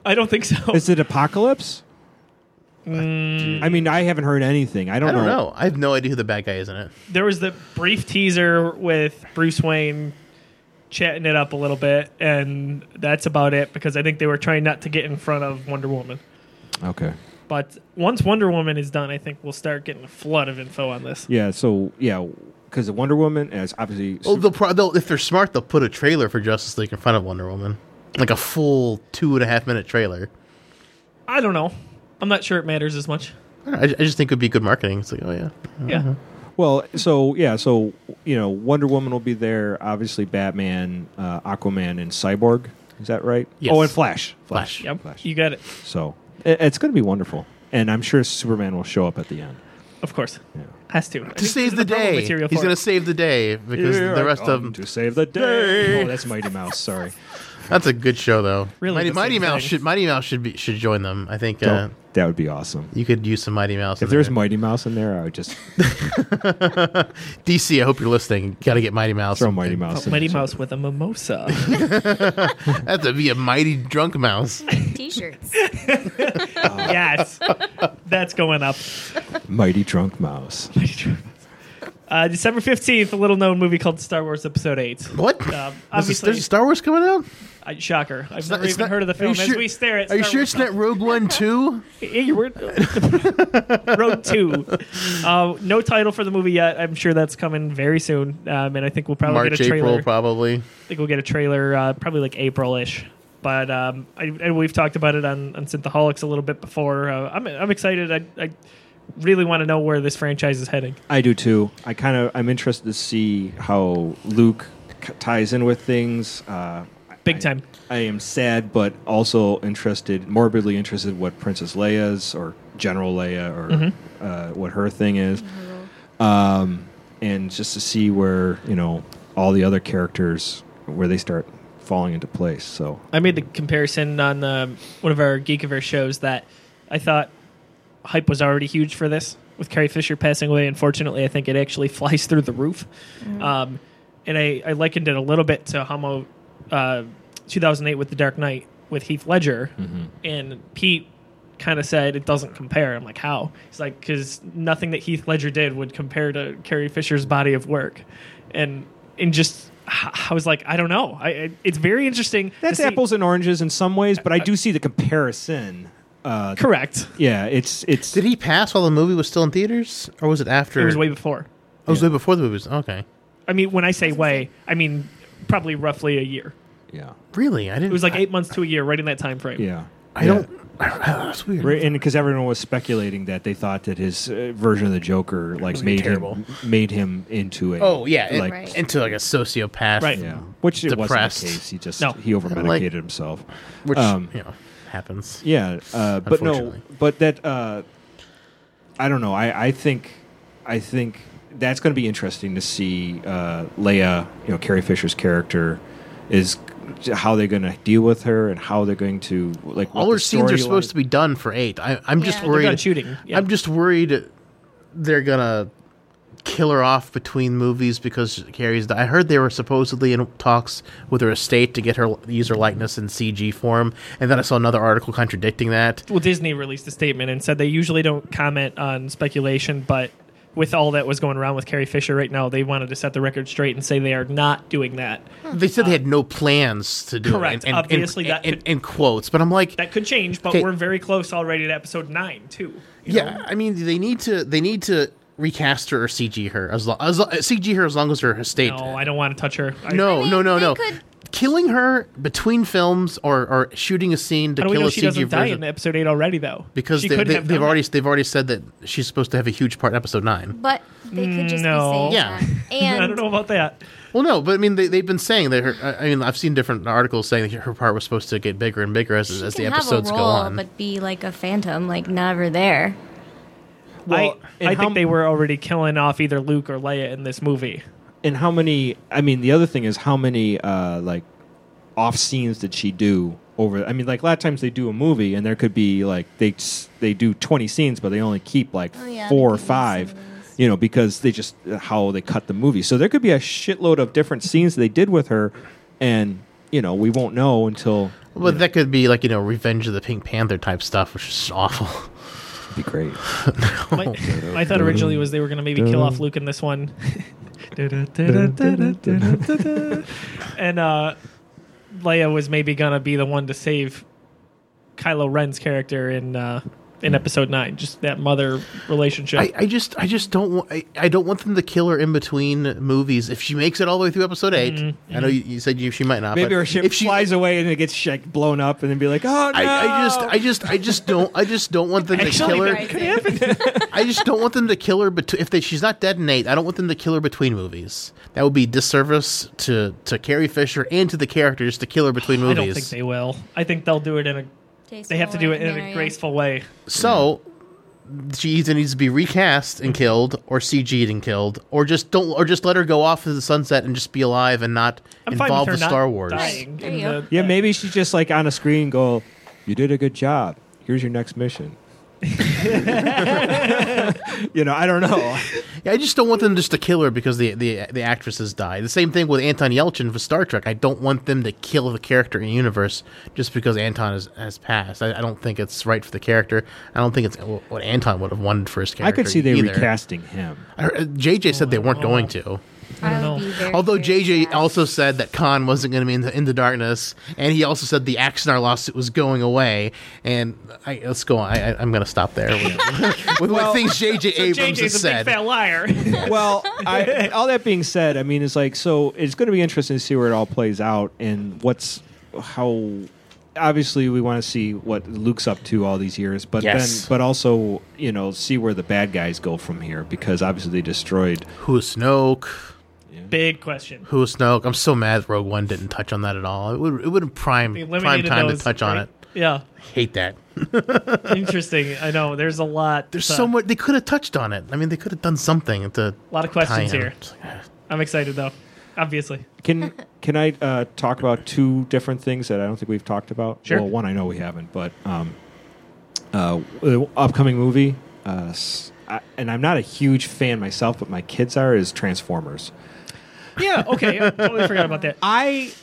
I don't think so. Oh. Is it Apocalypse? I mean, I haven't heard anything. I don't, Mm. I don't know. I have no idea who the bad guy is in it. there was the brief teaser with Bruce Wayne chatting it up a little bit, and that's about it because I think they were trying not to get in front of Wonder Woman. Okay. But once Wonder Woman is done, I think we'll start getting a flood of info on this. Yeah. So yeah, because Wonder Woman is obviously. Well, Oh, they'll, pro- they'll if they're smart, they'll put a trailer for Justice League in front of Wonder Woman, like a full two and a half minute trailer. I don't know. I'm not sure it matters as much. I, don't know, I ju- I just think it would be good marketing. It's like, oh yeah, Yeah. Well, so yeah, so you know, Wonder Woman will be there. Obviously, Batman, uh, Aquaman, and Cyborg. Is that right? Yes. Oh, and Flash. Flash. Flash. Yep. Flash. You got it. So it, it's going to be wonderful, and I'm sure Superman will show up at the end. Of course. Yeah. Has to. I to think save this the is promo day. material He's for gonna it. save the day because the rest "Oh, of them. to save the day. Oh, that's Mighty Mouse. Sorry. That's a good show though. Really Mighty, the Mighty same Mouse thing. should Mighty Mouse should be should join them. I think uh, Don't- that would be awesome. you could use some Mighty Mouse. If in there's there. Mighty Mouse in there, I would just DC, I hope you're listening. Got to get Mighty Mouse. throw in. Mighty Mouse. in Mighty there. Mouse with a mimosa. That's to be a mighty drunk mouse. T-shirts. yes. That's going up. Mighty drunk mouse. Uh, December 15th, a little known movie called Star Wars Episode 8. What? Um, Is this- obviously- there's a Star Wars coming out. I, shocker. I've not- never it's even not- heard of the are you film. As sure- we stare at Are you Star sure Wars it's not Rogue One too? Yeah, you were Road Two. Uh, no title for the movie yet. I'm sure that's coming very soon, um, and I think we'll probably March, get a trailer. April, probably. I think we'll get a trailer uh, probably like April-ish. But um, I, and we've talked about it on, on Synthaholics a little bit before. Uh, I'm I'm excited. I, I really want to know where this franchise is heading. I do too. I kind of I'm interested to see how Luke c- ties in with things. Uh, Big I- time. I am sad, but also interested, morbidly interested, what Princess Leia's or General Leia or uh, what her thing is, um, and just to see where you know all the other characters where they start falling into place. So I made the comparison on um, one of our Geekiverse shows that I thought hype was already huge for this with Carrie Fisher passing away. Unfortunately, I think it actually flies through the roof. Mm. Um, and I, I likened it a little bit to Homo uh, 2008 with The Dark Knight with Heath Ledger. And Pete kind of said it doesn't compare. I'm like, how? He's like, because nothing that Heath Ledger did would compare to Carrie Fisher's body of work. And, and just. I was like, I don't know. I, I it's very interesting. to that's see- apples and oranges in some ways, but I do see the comparison. Uh, Correct. yeah, it's it's Did he pass while the movie was still in theaters, or was it after? It was way before. Oh, it was way before the movie was. Okay, I mean, when I say way, I mean probably roughly a year. yeah really? I didn't. It was like I, eight months to a year, right in that time frame. yeah I don't. I don't know, it's weird. Right, and because everyone was speculating that they thought that his uh, version of the Joker like made terrible. him made him into a Oh yeah, it- like Right. into like a sociopath. Right. yeah, which it wasn't Depressed. the case. He just No. he overmedicated Like- himself. which Um, you know happens. Yeah, uh, but no, Unfortunately. but that uh, I don't know. I, I think I think that's going to be interesting to see uh, Leia, you know, Carrie Fisher's character is how they're going to deal with her and how they're going to like All her scenes are supposed to be done for eight. I, I'm just Yeah. they're Well, worried. done shooting. Yeah. I'm just worried they're gonna kill her off between movies because Carrie's. I heard they were supposedly in talks with her estate to get her user likeness in CG form, and then I saw another article contradicting that. well, Disney released a statement and said they usually don't comment on speculation, but with all that was going around with Carrie Fisher right now, they wanted to set the record straight and say they are not doing that. They said they had no plans to do Hmm. Uh, Correct. it. in- in- Obviously, in, that in, could- in quotes, but I'm like, That could change, but Okay. we're very close already to episode nine too. you yeah. know? I mean, they need to. They need to recast her or CG her as long as lo- CG her as long as her estate. No, I don't want to touch her. I, No, I mean, no, no, they no. could- Killing her between films or, or shooting a scene to How do we kill know a she CG doesn't die in version episode eight already, though? because she they, could they, have they've done already that. they've already said that she's supposed to have a huge part in episode nine. But they could just No. be saying Yeah. that. And I don't know about that. Well, no, but I mean they they've been saying that her. I I mean I've seen different articles saying that her part was supposed to get bigger and bigger as, as can the have a episodes go role, on. but be like a phantom, like never there. Well, I, and I how- think they were already killing off either Luke or Leia in this movie. and how many? I mean, the other thing is how many uh, like off scenes did she do over? I mean, like a lot of times they do a movie and there could be like they s- they do twenty scenes, but they only keep like Oh, yeah, four or they keep missing five. these. You know, because they just uh, how they cut the movie. So there could be a shitload of different scenes they did with her, and you know we won't know until. But that could be like you know Revenge of the Pink Panther type stuff, which is awful. That'd be great. My, my thought originally was they were going to maybe kill off Luke in this one. and uh, Leia was maybe going to be the one to save Kylo Ren's character in uh, in episode 9, just that mother relationship. I, I just I just don't want I, I don't want them to kill her in between movies. If she makes it all the way through episode 8 I know you, you said you, she might not. Maybe but her ship if she, flies away and it gets like blown up, and then be like, "Oh no!" I, I just I just I just don't I just don't want them to Actually, kill her. that could happen. I just don't want them to kill her. But if they, she's not dead in eight, I don't want them to kill her between movies. That would be disservice to to Carrie Fisher and to the characters to kill her between I movies. don't think they will. I think they'll do it in a. They have to do it in a graceful way. so. She either needs to be recast and killed, or CG'd and killed, or just don't, or just let her go off to the sunset and just be alive and not I'm fine with involve her with not Star Wars. dying There in you go. the- Yeah, maybe she's just like on a screen go, You did a good job. Here's your next mission. you know, I don't know. Yeah, I just don't want them just to kill her because the the the actresses die. The same thing with Anton Yelchin for Star Trek. I don't want them to kill the character in the universe just because Anton has, has passed. I, I don't think it's right for the character. I don't think it's wh- what Anton would have wanted for his I character. could see they either. recasting him. I heard- JJ said they weren't going to. I I don't would know. be very, Although very JJ sad. also said that Khan wasn't going to be in the, in the darkness, and he also said the Axnar lawsuit was going away. And I, let's go on. I, I, I'm going to stop there with, with what things JJ Abrams has JJ's a big said. fat liar. Well, I, all that being said, I mean, it's like, so it's going to be interesting to see where it all plays out and what's how. Obviously, we want to see what Luke's up to all these years, but Yes. then, but also, you know, see where the bad guys go from here because obviously they destroyed. Who is Snoke? Big question. Who was Snoke? I'm so mad Rogue One didn't touch on that at all. It would it would have prime They prime eliminated time those, to touch on right? it. Yeah, Hate that. interesting. I know there's a lot. There's uh, so much they could have touched on it. I mean, they could have done something to A lot of tie in. questions here. I'm excited though. Obviously, Can can I uh, talk about two different things that I don't think we've talked about? Sure. Well, one I know we haven't, but um, uh, the upcoming movie, uh, s- I- and I'm not a huge fan myself, but my kids are is Transformers. yeah. Okay, I totally forgot about that. I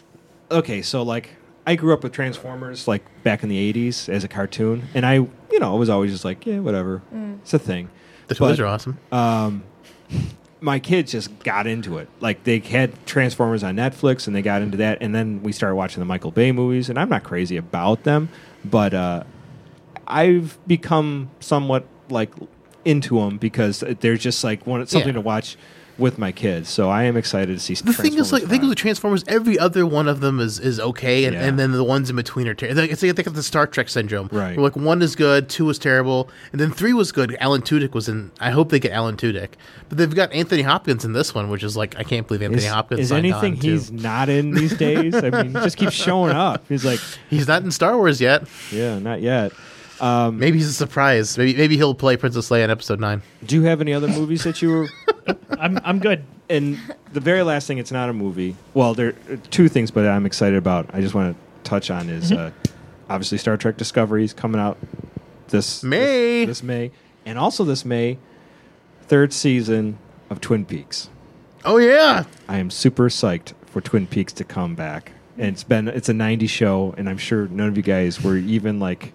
okay, so like I grew up with Transformers like back in the '80s as a cartoon, and I you know I was always just like yeah whatever, it's a thing. The But- uh, toys are awesome. my kids just got into it. Like they had Transformers on Netflix and they got into that and then we started watching the Michael Bay movies and I'm not crazy about them, but uh I've become somewhat like into them because they're just like one something Yeah. to watch with my kids. So I am excited to see. The thing is, like, Transformers the thing five. with Transformers, every other one of them is is okay, and, Yeah. and then the ones in between are terrible. It's like they got the Star Trek syndrome, Right. Where, like one is good, two is terrible, and then three was good. Alan Tudyk was in. I hope they get Alan Tudyk, but they've got Anthony Hopkins in this one, which is like I can't believe Anthony Is, Hopkins. is signed anything on to- he's not in these days? I mean, he just keeps showing up. He's like, he's not in Star Wars yet. yeah, not yet. Maybe he's a surprise. Maybe maybe he'll play Princess Leia in Episode Nine. Do you have any other movies that you were? I'm I'm good. And the very last thing, it's not a movie. Well, there are two things, but I'm excited about. I just want to touch on is Mm-hmm. uh, obviously Star Trek Discovery is coming out this May. this, this May, and also this May, third season of Twin Peaks. Oh yeah, I am super psyched for Twin Peaks to come back. And it's been it's a 90s show and I'm sure none of you guys were even like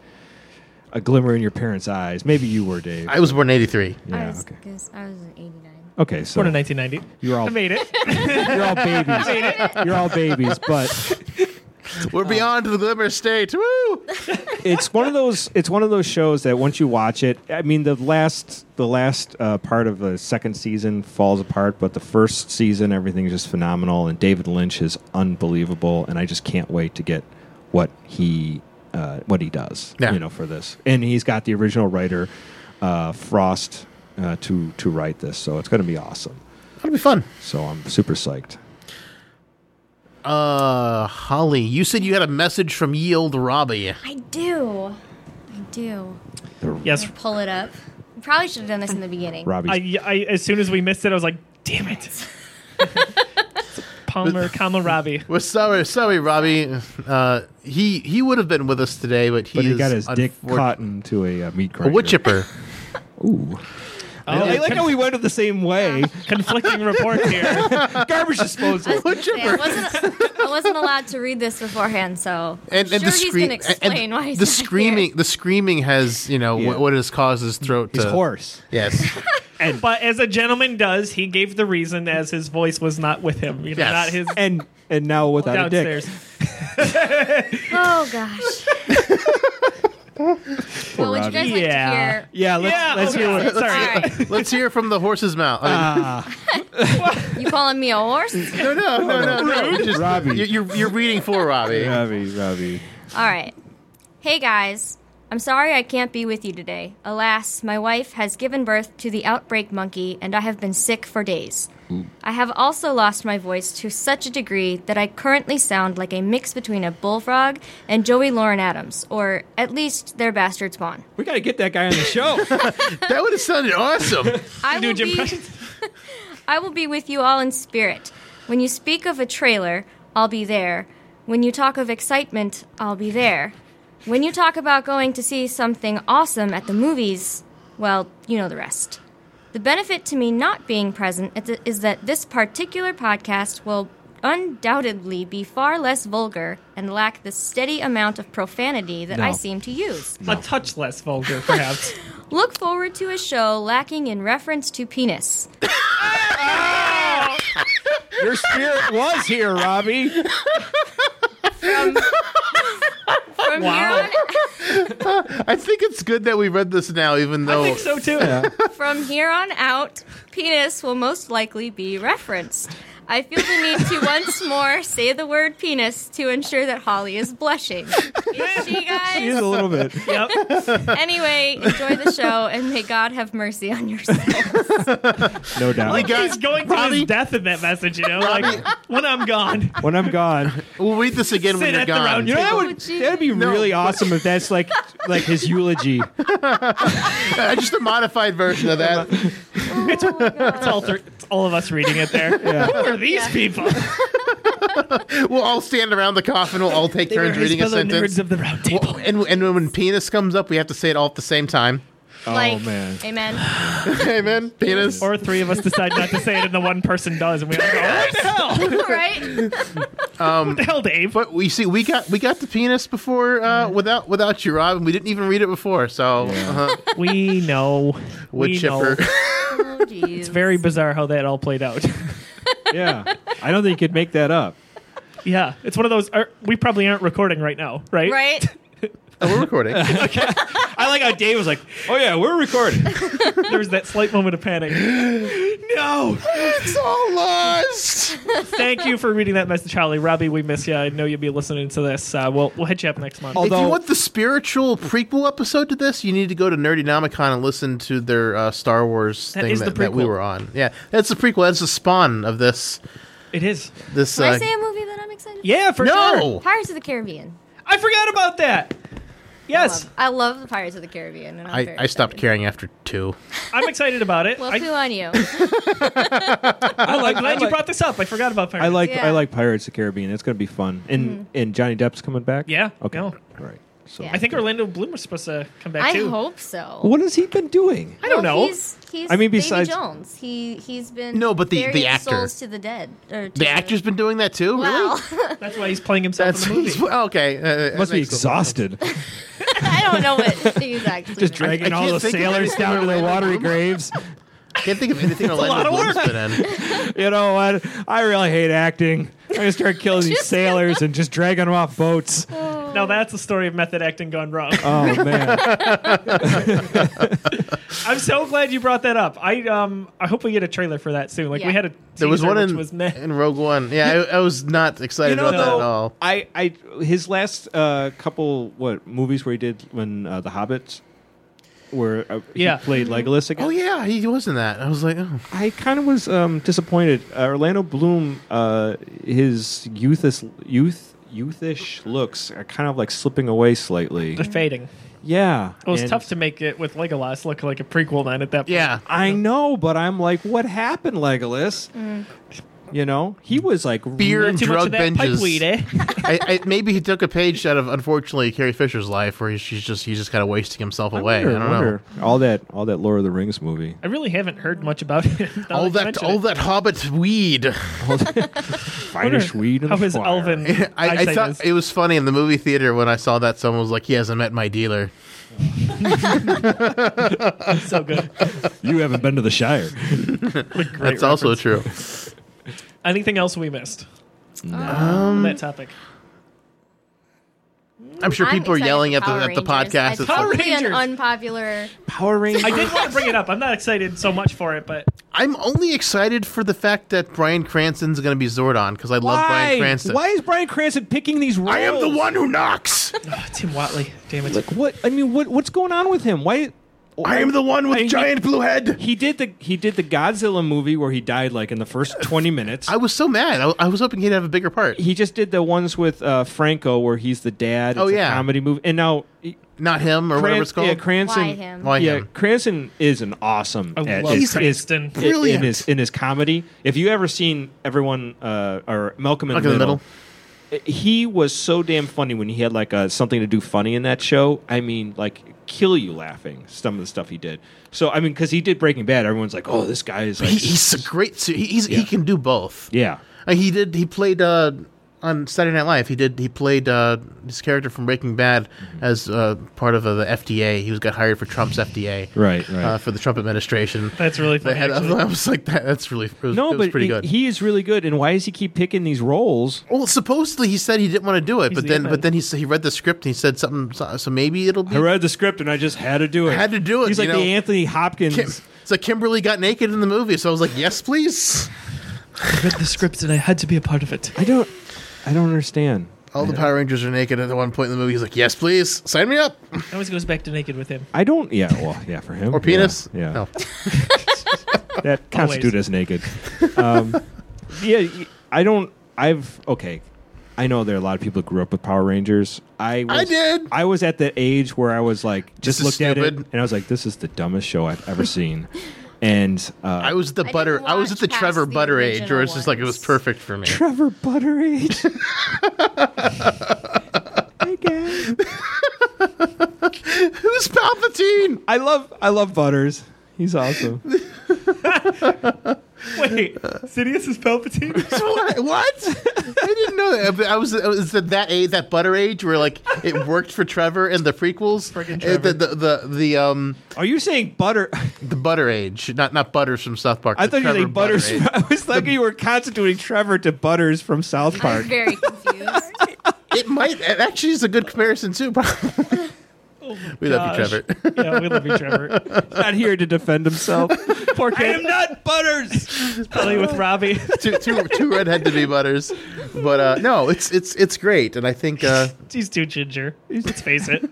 a glimmer in your parents' eyes. Maybe you were, Dave. I was born in '83. I yeah, was, okay. guess I was in 89. Okay, so Born in 1990. you're all I made it. you're all babies. you're all babies, but We're beyond the glimmer state. Woo! it's one of those it's one of those shows that once you watch it i mean the last the last uh, part of the second season falls apart but the first season everything's just phenomenal and david lynch is unbelievable and i just can't wait to get what he uh, what he does Yeah. you know for this and he's got the original writer uh, frost uh, to to write this so it's going to be awesome That'll be fun. so i'm super psyched Uh, Holly, you said you had a message from ye old Robbie. I do. I do. the Yes. Pull it up. Probably should have done this in the beginning. robbie's I, I as soon as we missed it, I was like, damn it. Palmer, comma Robbie. We're sorry, sorry, Robbie. Uh, he he would have been with us today, but he, but he is got his dick unfor- caught into a uh, meat A grinder. wood chipper. Oh, Ooh. I, I like how we went the same way. Conflicting reports here. Garbage disposal. I was gonna Would say, you? I wasn't, I wasn't allowed to read this beforehand, so And, sure and the he's scream, gonna explain why he's the not here. screaming, the screaming has you know Yeah. what, what has caused his throat He's to hoarse. Yes, But as a gentleman does, he gave the reason as his voice was not with him. You know, Yes. not his And and now without downstairs. a dick. Oh gosh. well, would you guys like Yeah. to hear? Yeah, let's Yeah, let's okay. hear what Sorry. All right. let's hear from the horse's mouth. I You calling me a horse? mean, no, no, no, no, no. Just, Robbie. you- you're you're reading for Robbie. Robbie, Robbie. All right. Hey guys. I'm sorry I can't be with you today. Alas, my wife has given birth to the outbreak monkey, and I have been sick for days. I have also lost my voice to such a degree that I currently sound like a mix between a bullfrog and Joey Lauren Adams, or at least their bastard spawn. We gotta get that guy on the show. That would have sounded awesome. I Do will, Jim be, Preston. I will be with you all in spirit. When you speak of a trailer, I'll be there. When you talk of excitement, I'll be there. When you talk about going to see something awesome at the movies, well, you know the rest. The benefit to me not being present at the- is that this particular podcast will undoubtedly be far less vulgar and lack the steady amount of profanity that I No. seem to use. A touch less vulgar, perhaps. Look forward to a show lacking in reference to penis. Your spirit was here, Robbie. From here I think it's good that we read this now, even I though think so too. on, from here on out, penis will most likely be referenced. I feel the need to once more say the word penis to ensure that Holly is blushing. Is she, He is guys? a little bit. Yep. Anyway, enjoy the show and may God have mercy on your soul. No doubt. He's going to Robbie? his death in that message, you know? Like, when I'm gone. When I'm gone. we'll read this again when Sit you're at the round gone. You know that Oh, would gee. that'd be No. really awesome if that's like like his eulogy. Uh, just a modified version of that. It's all, thr- it's all of us reading it there. Who are these people? We'll all stand around the coffin. We'll all take turns reading a fellow nerds sentence. of the round table. Well, and, and when penis comes up, we have to say it all at the same time. like, Oh, man. amen. Amen. Penis. Or three of us decide not to say it, and the one person does, and we all go, "Oh, "What the hell? right? What the hell, Dave?" But we see we got we got the penis before uh, without without you, Rob, and we didn't even read it before. So uh We know. wood we know. chipper. Oh, it's Very bizarre how that all played out. Yeah. I don't think you could make that up. yeah, it's one of those. Are, we probably aren't recording right now, right? Right? Oh, we're recording. I like how Dave was like, Oh yeah, we're recording. There was that slight moment of panic. no. out. It's all lost. Thank you for reading that message, Holly. Robbie, we miss you. I know you'll be listening to this. Uh, we'll we'll hit you up next month. Oh, if Although- you want the spiritual prequel episode to this, you need to go to Nerdynomicon and listen to their uh, Star Wars That thing is the that, that we prequel. were on. Yeah, that's the prequel. That's the spawn of this. It is. This. Can Uh, I say a movie that I'm excited? Yeah, for sure. no. Pirates of the Caribbean. I forgot about that. Yes, I love, I love the Pirates of the Caribbean. And I'm I, very I stopped excited. caring after two. I'm excited about it. Well, I, poo on you. I like. am glad you brought this up. I forgot about Pirates. I like. Yeah. I like Pirates Mm-hmm. of the Caribbean. It's going to be fun. And and Johnny Depp's coming back. Yeah, Okay. no. All right. So Yeah. I think Orlando Bloom was supposed to come back I too. hope so. what has he been doing? I don't Well, know. He's, he's I mean, besides- Davy Jones. He he's been No, but the- buried the in actor. souls to the dead. or to The actor's been doing that too. Wow, Really? That's why he's playing himself That's in the movie. okay. Uh, that Must be makes a- exhausted. I don't know what he's actually Just been. dragging I all can't the think of sailors anything down to their related. watery graves. Can't think of anything lot Orlando of Bloom's work. been in. You know what? I really hate acting. I'm gonna start killing these sailors and just dragging them off boats. Now that's a story of method acting gone wrong. Oh man! I'm so glad you brought that up. I um I hope we get a trailer for that soon. Like Yeah. we had a There was teaser, one which in, was meh. in Rogue One. Yeah, I, I was not excited about that at all. I, I, his last uh, couple what movies where he did when uh, the Hobbits, where uh, Yeah. he played Legolas again. Oh yeah, he was in that. I was like, oh. I kind of was um, disappointed. Uh, Orlando Bloom, uh, his youthish youth youthish looks are kind of like slipping away slightly. They're fading. Yeah, It was and- tough to make it with Legolas look like a prequel then at that point. yeah. I know, but I'm like, what happened, Legolas? Mm. You know, he was like Beard. Not too much of Drug that binges. pipeweed, eh? I, I, maybe he took a page out of unfortunately Carrie Fisher's life, where he's, she's just he's just kind of wasting himself away. I, wonder- don't know. wonder. All that, all that Lord of the Rings movie. I really haven't heard much about it. now All you that, mention all it. that Hobbit weed. Finest weed in How the is fire. Elvin? I, I eyesight thought is? it was funny in the movie theater when I saw that someone was like, "He hasn't met my dealer." so good. You haven't been to the Shire. That's also true. Anything else we missed on Um, that topic? I'm sure I'm people are excited yelling for at the Power at the Rangers. podcast. It's It's Power like, probably an Rangers. unpopular. Power I Rangers. did want to bring it up. I'm not excited so much for it, but I'm only excited for the fact that Brian Cranston's going to be Zordon because I love Brian Why? Cranston. Why is Brian Cranston picking these roles? I am the one who knocks. Ah, Tim Watley, damn it. Like what? I mean, what? What's going on with him? Why? I am the one with I- giant blue head. He did the he did the Godzilla movie where he died like in the first twenty minutes. I was so mad. I, I was hoping he'd have a bigger part. he just did the ones with uh, Franco where he's the dad. It's Oh, a yeah. comedy movie. And now he- Not him or whatever Cran- it's called. Yeah, Cranston. Why him? Why yeah, him? Cranston is an awesome. I at- love is- is- Cranston. in- Brilliant. in his in his comedy. If you ever seen everyone uh, or Malcolm in Malcolm the middle, he was so damn funny when he had like uh something to do funny in that show. I mean, like kill you laughing some of the stuff he did. So I mean, because he did Breaking Bad, everyone's like, oh, this guy is like, He, he's a great. su- He, he's, Yeah. He can do both. yeah. Uh, he did. He played uh, on Saturday Night Live. He did. He played uh, his character from Breaking Bad Mm-hmm. as uh, part of uh, the FDA. He was got hired for Trump's FDA. Right, right. Uh, for the Trump administration. That's really the funny. head. actually. I was like, that, that's really. It was, No, it was but pretty he, good. he is really good. And why does he keep picking these roles? well, supposedly he said he didn't want to do it, but the then M-man. but then he s- he read the script and he said something. So, so maybe it'll be. I read the script and I just had to do it. had to do it, He's like you know. the Anthony Hopkins. Kim- so Kimberly got naked in the movie, so I was like, yes, please. I read the script and I had to be a part of it. I don't. I don't understand. All the Power Rangers are naked at one point in the movie. He's like, yes, please, sign me up. It always goes back to naked with him. I don't. Yeah. Well. Yeah. For him. Or penis. Yeah. yeah. No. That constitute as naked. Um, yeah. y- I don't. I've okay. I know there are a lot of people who grew up with Power Rangers. I was, I did. I was at the age where I was like, just is looked at it stupid. and I was like, this is the dumbest show I've ever seen. And uh, I was the didn't butter. I was watch at the past Trevor the Butter age, where it's original just like it was ones. perfect for me. Trevor Butterage. I guess. Who's Palpatine? I love I love Butters. He's awesome. Wait, Sidious is Palpatine? what? what? I didn't know that. But I was, I was at that age, that butter age, where like it worked for Trevor in the prequels. Frickin' Uh, Trevor. The, the the the um Are you saying butter? the butter age, not not butters from South Park. I the thought you were Trevor saying butters. Butter I was thinking you were constituting Trevor to Butters from South I'm Park. very confused. Age. It might it actually is a good comparison too. probably. we love you, gosh. Trevor. yeah, we love you, Trevor. Not here to defend himself. Poor I kid. am not Butters. Probably with Robbie. two, two, two redhead to be butters, but uh, no, it's it's it's great, and I think uh, He's too ginger. Let's face it.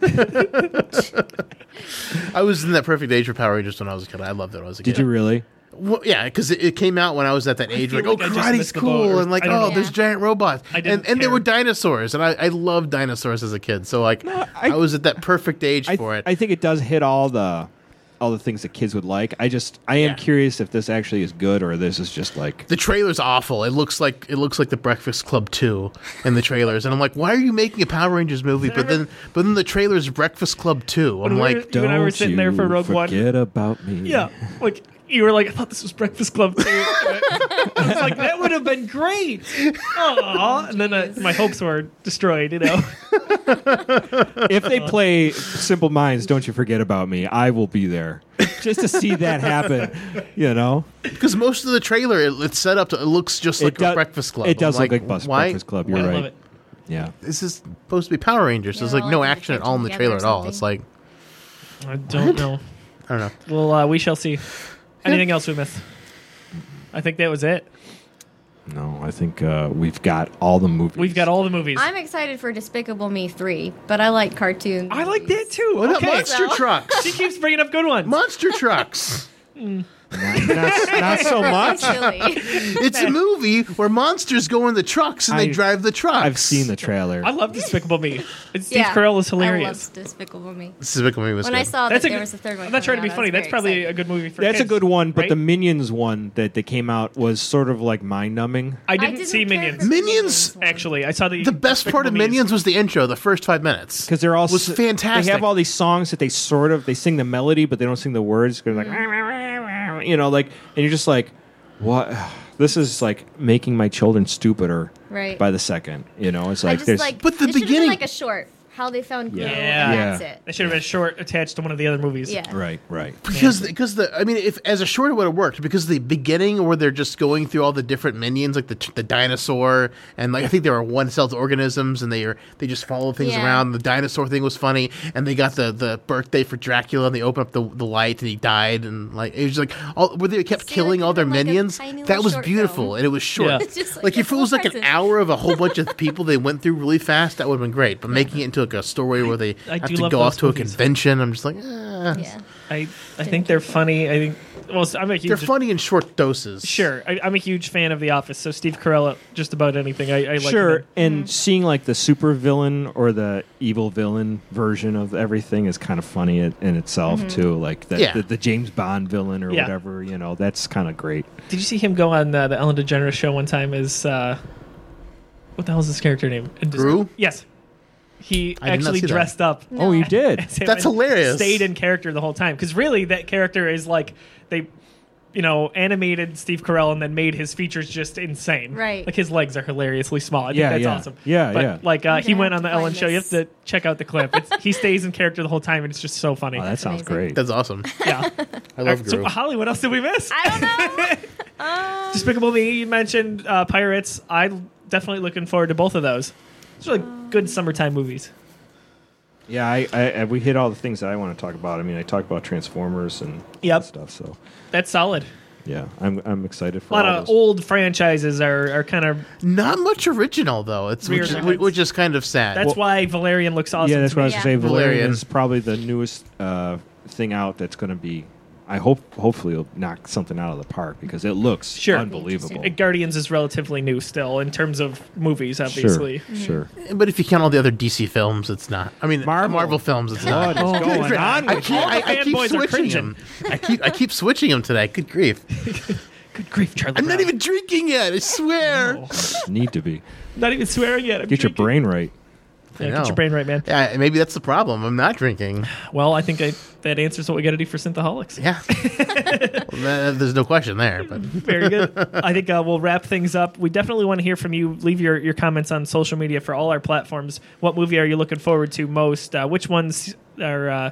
I was in that perfect age for Power Rangers when I was a kid. I loved it when I was a Did kid. you really? Well, yeah, because it, it came out when I was at that age, feel like, oh, like I just karate's missed the boat, cool, or- and like, I don't oh, know. there's giant robots, I and didn't and there were care. dinosaurs, and I, I loved dinosaurs as a kid, so like, I, I- was at that perfect age I, for it. I think it does hit all the all the things that kids would like. I just I am Yeah. curious if this actually is good or this is just like the trailer's awful. It looks like it looks like the Breakfast Club two in the trailers, and I'm like, why are you making a Power Rangers movie? But then, but then the trailer's Breakfast Club two. I'm we were- like, You and I were sitting there for you Rogue One. forget about me. Yeah. Like you were like, I thought this was Breakfast Club too. I was like, that would have been great. Aww. And then uh, my hopes were destroyed, you know. if they play Simple Minds, don't you forget about me. I will be there just to see that happen. You know, because most of the trailer it, it's set up to it looks just like do- a Breakfast Club. It does I'm look like Bus- why- Breakfast Club. You're I right. love it. Yeah. This is supposed to be Power Rangers. There's Yeah, like no like, action at all in the together trailer or at all. It's like something. I don't know. I don't know. Well, uh, we shall see. Anything else we missed? I think that was it. No, I think uh, we've got all the movies. We've got all the movies. I'm excited for Despicable Me 3, but I like cartoon. I like movies. that too. What up, okay. monster So- She trucks? keeps bringing up good ones. monster trucks. not, not- not so much. Actually. It's a movie where monsters go in the trucks and they I- drive the trucks. I've seen the trailer. I love Despicable Me. And Steve Yeah. Carell is I hilarious. loved Despicable Me. This is Wicked Movie was When good. I saw That's that a there good- was a third one. I'm not trying to be coming out, I funny. was That's very probably excited. a good movie for That's a kids, good one, but the right? Minions one that, that came out was sort of like mind numbing. I I didn't, see care Minions. for Minions, one. Actually, I saw the the best part of Despicable Me's. Minions was the intro, the first five minutes. because they're all was s- fantastic. They have all these songs that they sort of they sing the melody, but they don't sing the words. They're like, you know, like, and you're just like, what? This is like making my children stupider Right. by the second. You know, it's I like just there's like. But the it should've been beginning- like a short. How they found glue. Yeah. Yeah. And Yeah. That's They it. should have been short attached to one of the other movies. Yeah. right, right. because because the I mean if as a short it would have worked because the beginning where they're just going through all the different minions like the the dinosaur and like I think there are one celled organisms and they are they just follow things Yeah. around the dinosaur thing was funny and they got the the birthday for Dracula and they open up the the light and he died and like it was like all where they kept See, like, killing all their even, like, a minions tiny little that was short beautiful film. and it was short Yeah. It's just like, like if a it was full like an person. hour of a whole bunch of people they went through really fast that would have been great but making it into like a story where they I have do to love go off those to a movies. convention I'm just like eh. Yeah. I, I think they're funny. I think well, I'm a huge They're funny in short doses. Sure, I, I'm a huge fan of The Office. So Steve Carell, just about anything I, I like. him Sure, in. and Mm-hmm. seeing like the super villain or the evil villain version of everything is kind of funny in, in itself Mm-hmm. too. Like the, Yeah. the, the James Bond villain or Yeah. whatever, you know, that's kind of great. Did you see him go on uh, the Ellen DeGeneres show one time? As uh, what the hell is his character name? And just- Gru? Yes, he I did not actually see that. dressed up. Oh, you did. as him That's and hilarious. Stayed in character the whole time because really that character is like they, you know, animated Steve Carell and then made his features just insane. Right. like his legs are hilariously small. I Yeah, think that's yeah. awesome. Yeah, but yeah. like uh, I'm he gonna went have on the to Ellen find show. You have this. to check out the clip. It's, he stays in character the whole time and it's just so funny. Oh, that sounds amazing. great. That's awesome. yeah. I All love right, so Gru. Holly, what else did we miss? I don't know. Despicable Me, you mentioned uh, Pirates. I'm definitely looking forward to both of those. It's really good summertime movies. Yeah, I, I, I we hit all the things that I want to talk about. I mean, I talked about Transformers and Yep. stuff. So That's solid. yeah, I'm I'm excited A for lot all of those. old franchises are, are kind of. Not much original though. It's which, Weird. is- which is kind of sad. That's why Valerian looks awesome. yeah, that's to what I me. was Yeah. gonna say. Valerian Valerian. is probably the newest uh, thing out that's going to be. I hope hopefully it'll knock something out of the park because it looks Sure. unbelievable. Uh, Guardians is relatively new still in terms of movies, obviously. Sure, sure. but if you count all the other DC films, it's not. I mean, Marvel. Marvel, films, it's not. What is going on? I With keep, I, I keep Oh, Fanboys are switching cringing. them. I keep I keep switching them today. Good grief! Good grief, Charlie. I'm not Brown. even drinking yet. I swear. Need to be not even swearing yet. I'm get your drinking. brain right. Yeah, I get know. your brain right, man. Yeah, maybe that's the problem. I'm not drinking. Well, I think I, that answers what we got to do for Synthaholics. Yeah, Well, th- there's no question there. But Very good. I think uh, we'll wrap things up. We definitely want to hear from you. Leave your, your comments on social media for all our platforms. What movie are you looking forward to most? Uh, which ones are uh,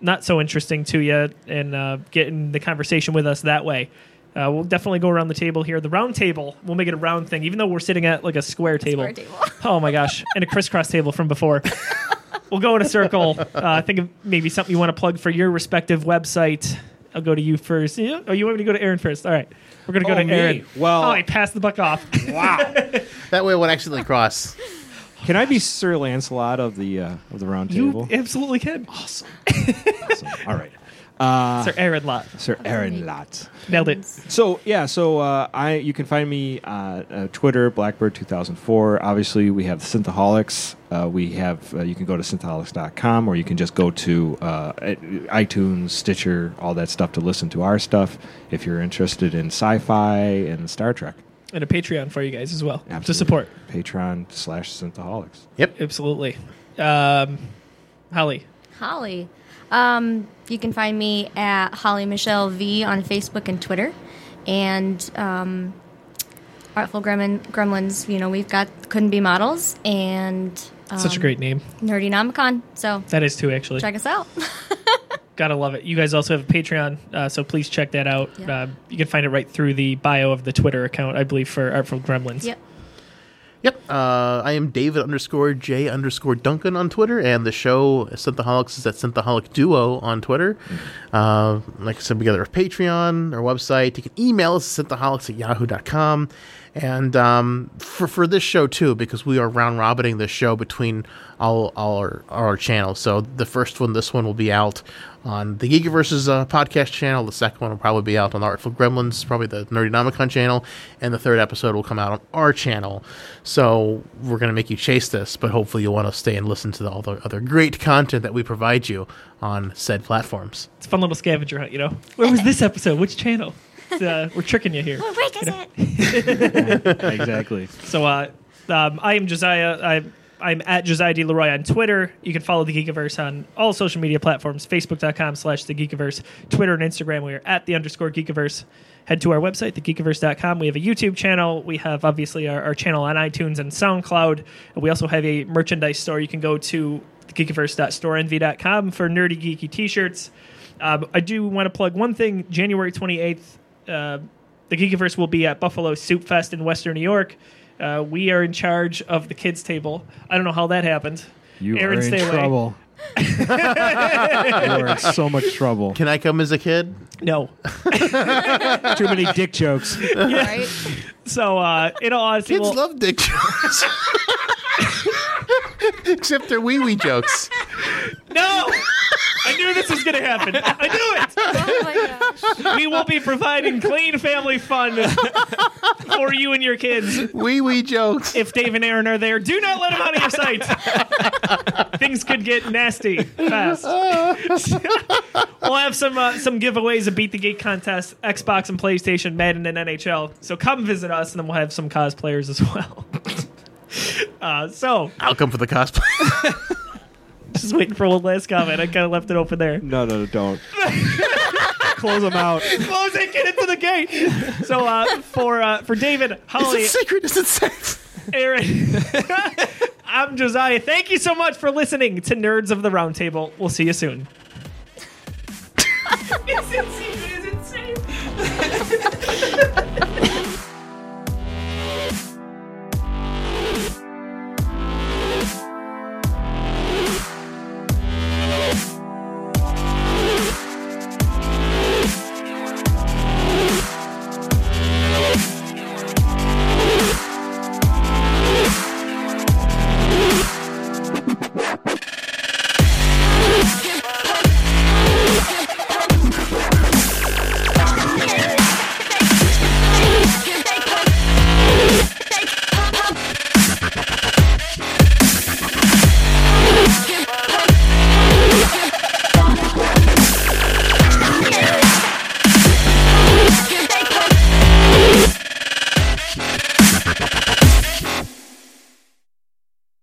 not so interesting to you? And uh, get in the conversation with us that way. Uh, we'll definitely go around the table here. The round table. We'll make it a round thing, even though we're sitting at like a square table. Square table. Oh my gosh, and a crisscross table from before. we'll go in a circle. Uh, think of maybe something you want to plug for your respective website. I'll go to you first. Yeah? Oh, you want me to go to Aaron first? All right, we're gonna go Oh, to me. Aaron. Well- oh, I passed the buck off. Wow. That way, I won't accidentally cross. Can I be Sir Lancelot of the uh, of the Round you Table? absolutely can, Uh, awesome. awesome. All right, Sir Aaron Lott. Sir Aaron Lott. Nailed it. So yeah, so uh, I you can find me on uh, Twitter, Blackbird two thousand four. Obviously, we have Synthaholics. Uh, we have uh, you can go to synthaholics.com or you can just go to uh, iTunes, Stitcher, all that stuff to listen to our stuff if you're interested in sci-fi and Star Trek. And a Patreon for you guys as well to Absolutely. support. Patreon slash Synthaholics. Absolutely. Um, Holly, Holly. Um, you can find me at Holly Michelle V on Facebook and Twitter, and um, Artful Gremlin, Gremlins. You know, we've got couldn't be models and um, such a great name. nerdy nomicon. So That is too actually. check us out. Gotta love it. You guys also have a Patreon, uh, so please check that out. Yeah. Um, you can find it right through the bio of the Twitter account, I believe, for Artful Gremlins. yep. Yep. Uh, I am David underscore J underscore Duncan on Twitter, and the show Synthaholics is at Synthaholic Duo on Twitter. Uh, like I said, we got our Patreon, our website. You can email us at synthaholics at yahoo.com. And um, for, for this show, too, because we are round robining this show between all, all, our, all our channels. So the first one, this one, will be out on the Geekiverse's uh, podcast channel. The second one will probably be out on the Artful Gremlins, probably the Nerdynomicon channel, and the third episode will come out on our channel. So we're going to make you chase this, but hopefully you'll want to stay and listen to the, all the other great content that we provide you on said platforms. It's a fun little scavenger hunt, you know? Where was this episode? Which channel? It's, uh, we're tricking you here. Oh, wait, is it? exactly. So uh, um, I am Josiah. I'm, I'm at Josiah D. Leroy on Twitter. You can follow the Geekiverse on all social media platforms, facebook.com slash the Geekiverse, Twitter and Instagram. We are at the underscore Geekiverse. Head to our website, thegeekiverse.com. We have a YouTube channel. We have, obviously, our, our channel on iTunes and SoundCloud. And we also have a merchandise store. You can go to thegeekiverse.storeenvy.com for nerdy, geeky t-shirts. Um, I do want to plug one thing. January 28th, uh, the Geekiverse will be at Buffalo Soup Fest in Western New York. Uh, we are in charge of the kids' table. I don't know how that happened. You Aaron, are in stay away. trouble. you are in so much trouble. Can I come as a kid? No. Too many dick jokes. Right? So, uh, in all honesty, Kids we'll- love dick jokes. Except their wee wee jokes. no! I knew this was going to happen. I knew it! Oh my gosh. We will be providing clean family fun for you and your kids. Wee wee jokes. if Dave and Aaron are there, do not let them out of your sight. Things could get nasty fast. we'll have some uh, some giveaways, a beat the gate contest, Xbox and PlayStation, Madden and NHL. So come visit us, and then we'll have some cosplayers as well. uh, so I'll come for the cosplay. just waiting for one last comment. I kind of left it open there. No, no, no, don't. Close them out. Close it, get into the gate. So uh, for uh, for David, Is Holly, it secret? Is it sex? Aaron. I'm Josiah. Thank you so much for listening to Nerds of the Roundtable. We'll see you soon. is it safe? Is it safe?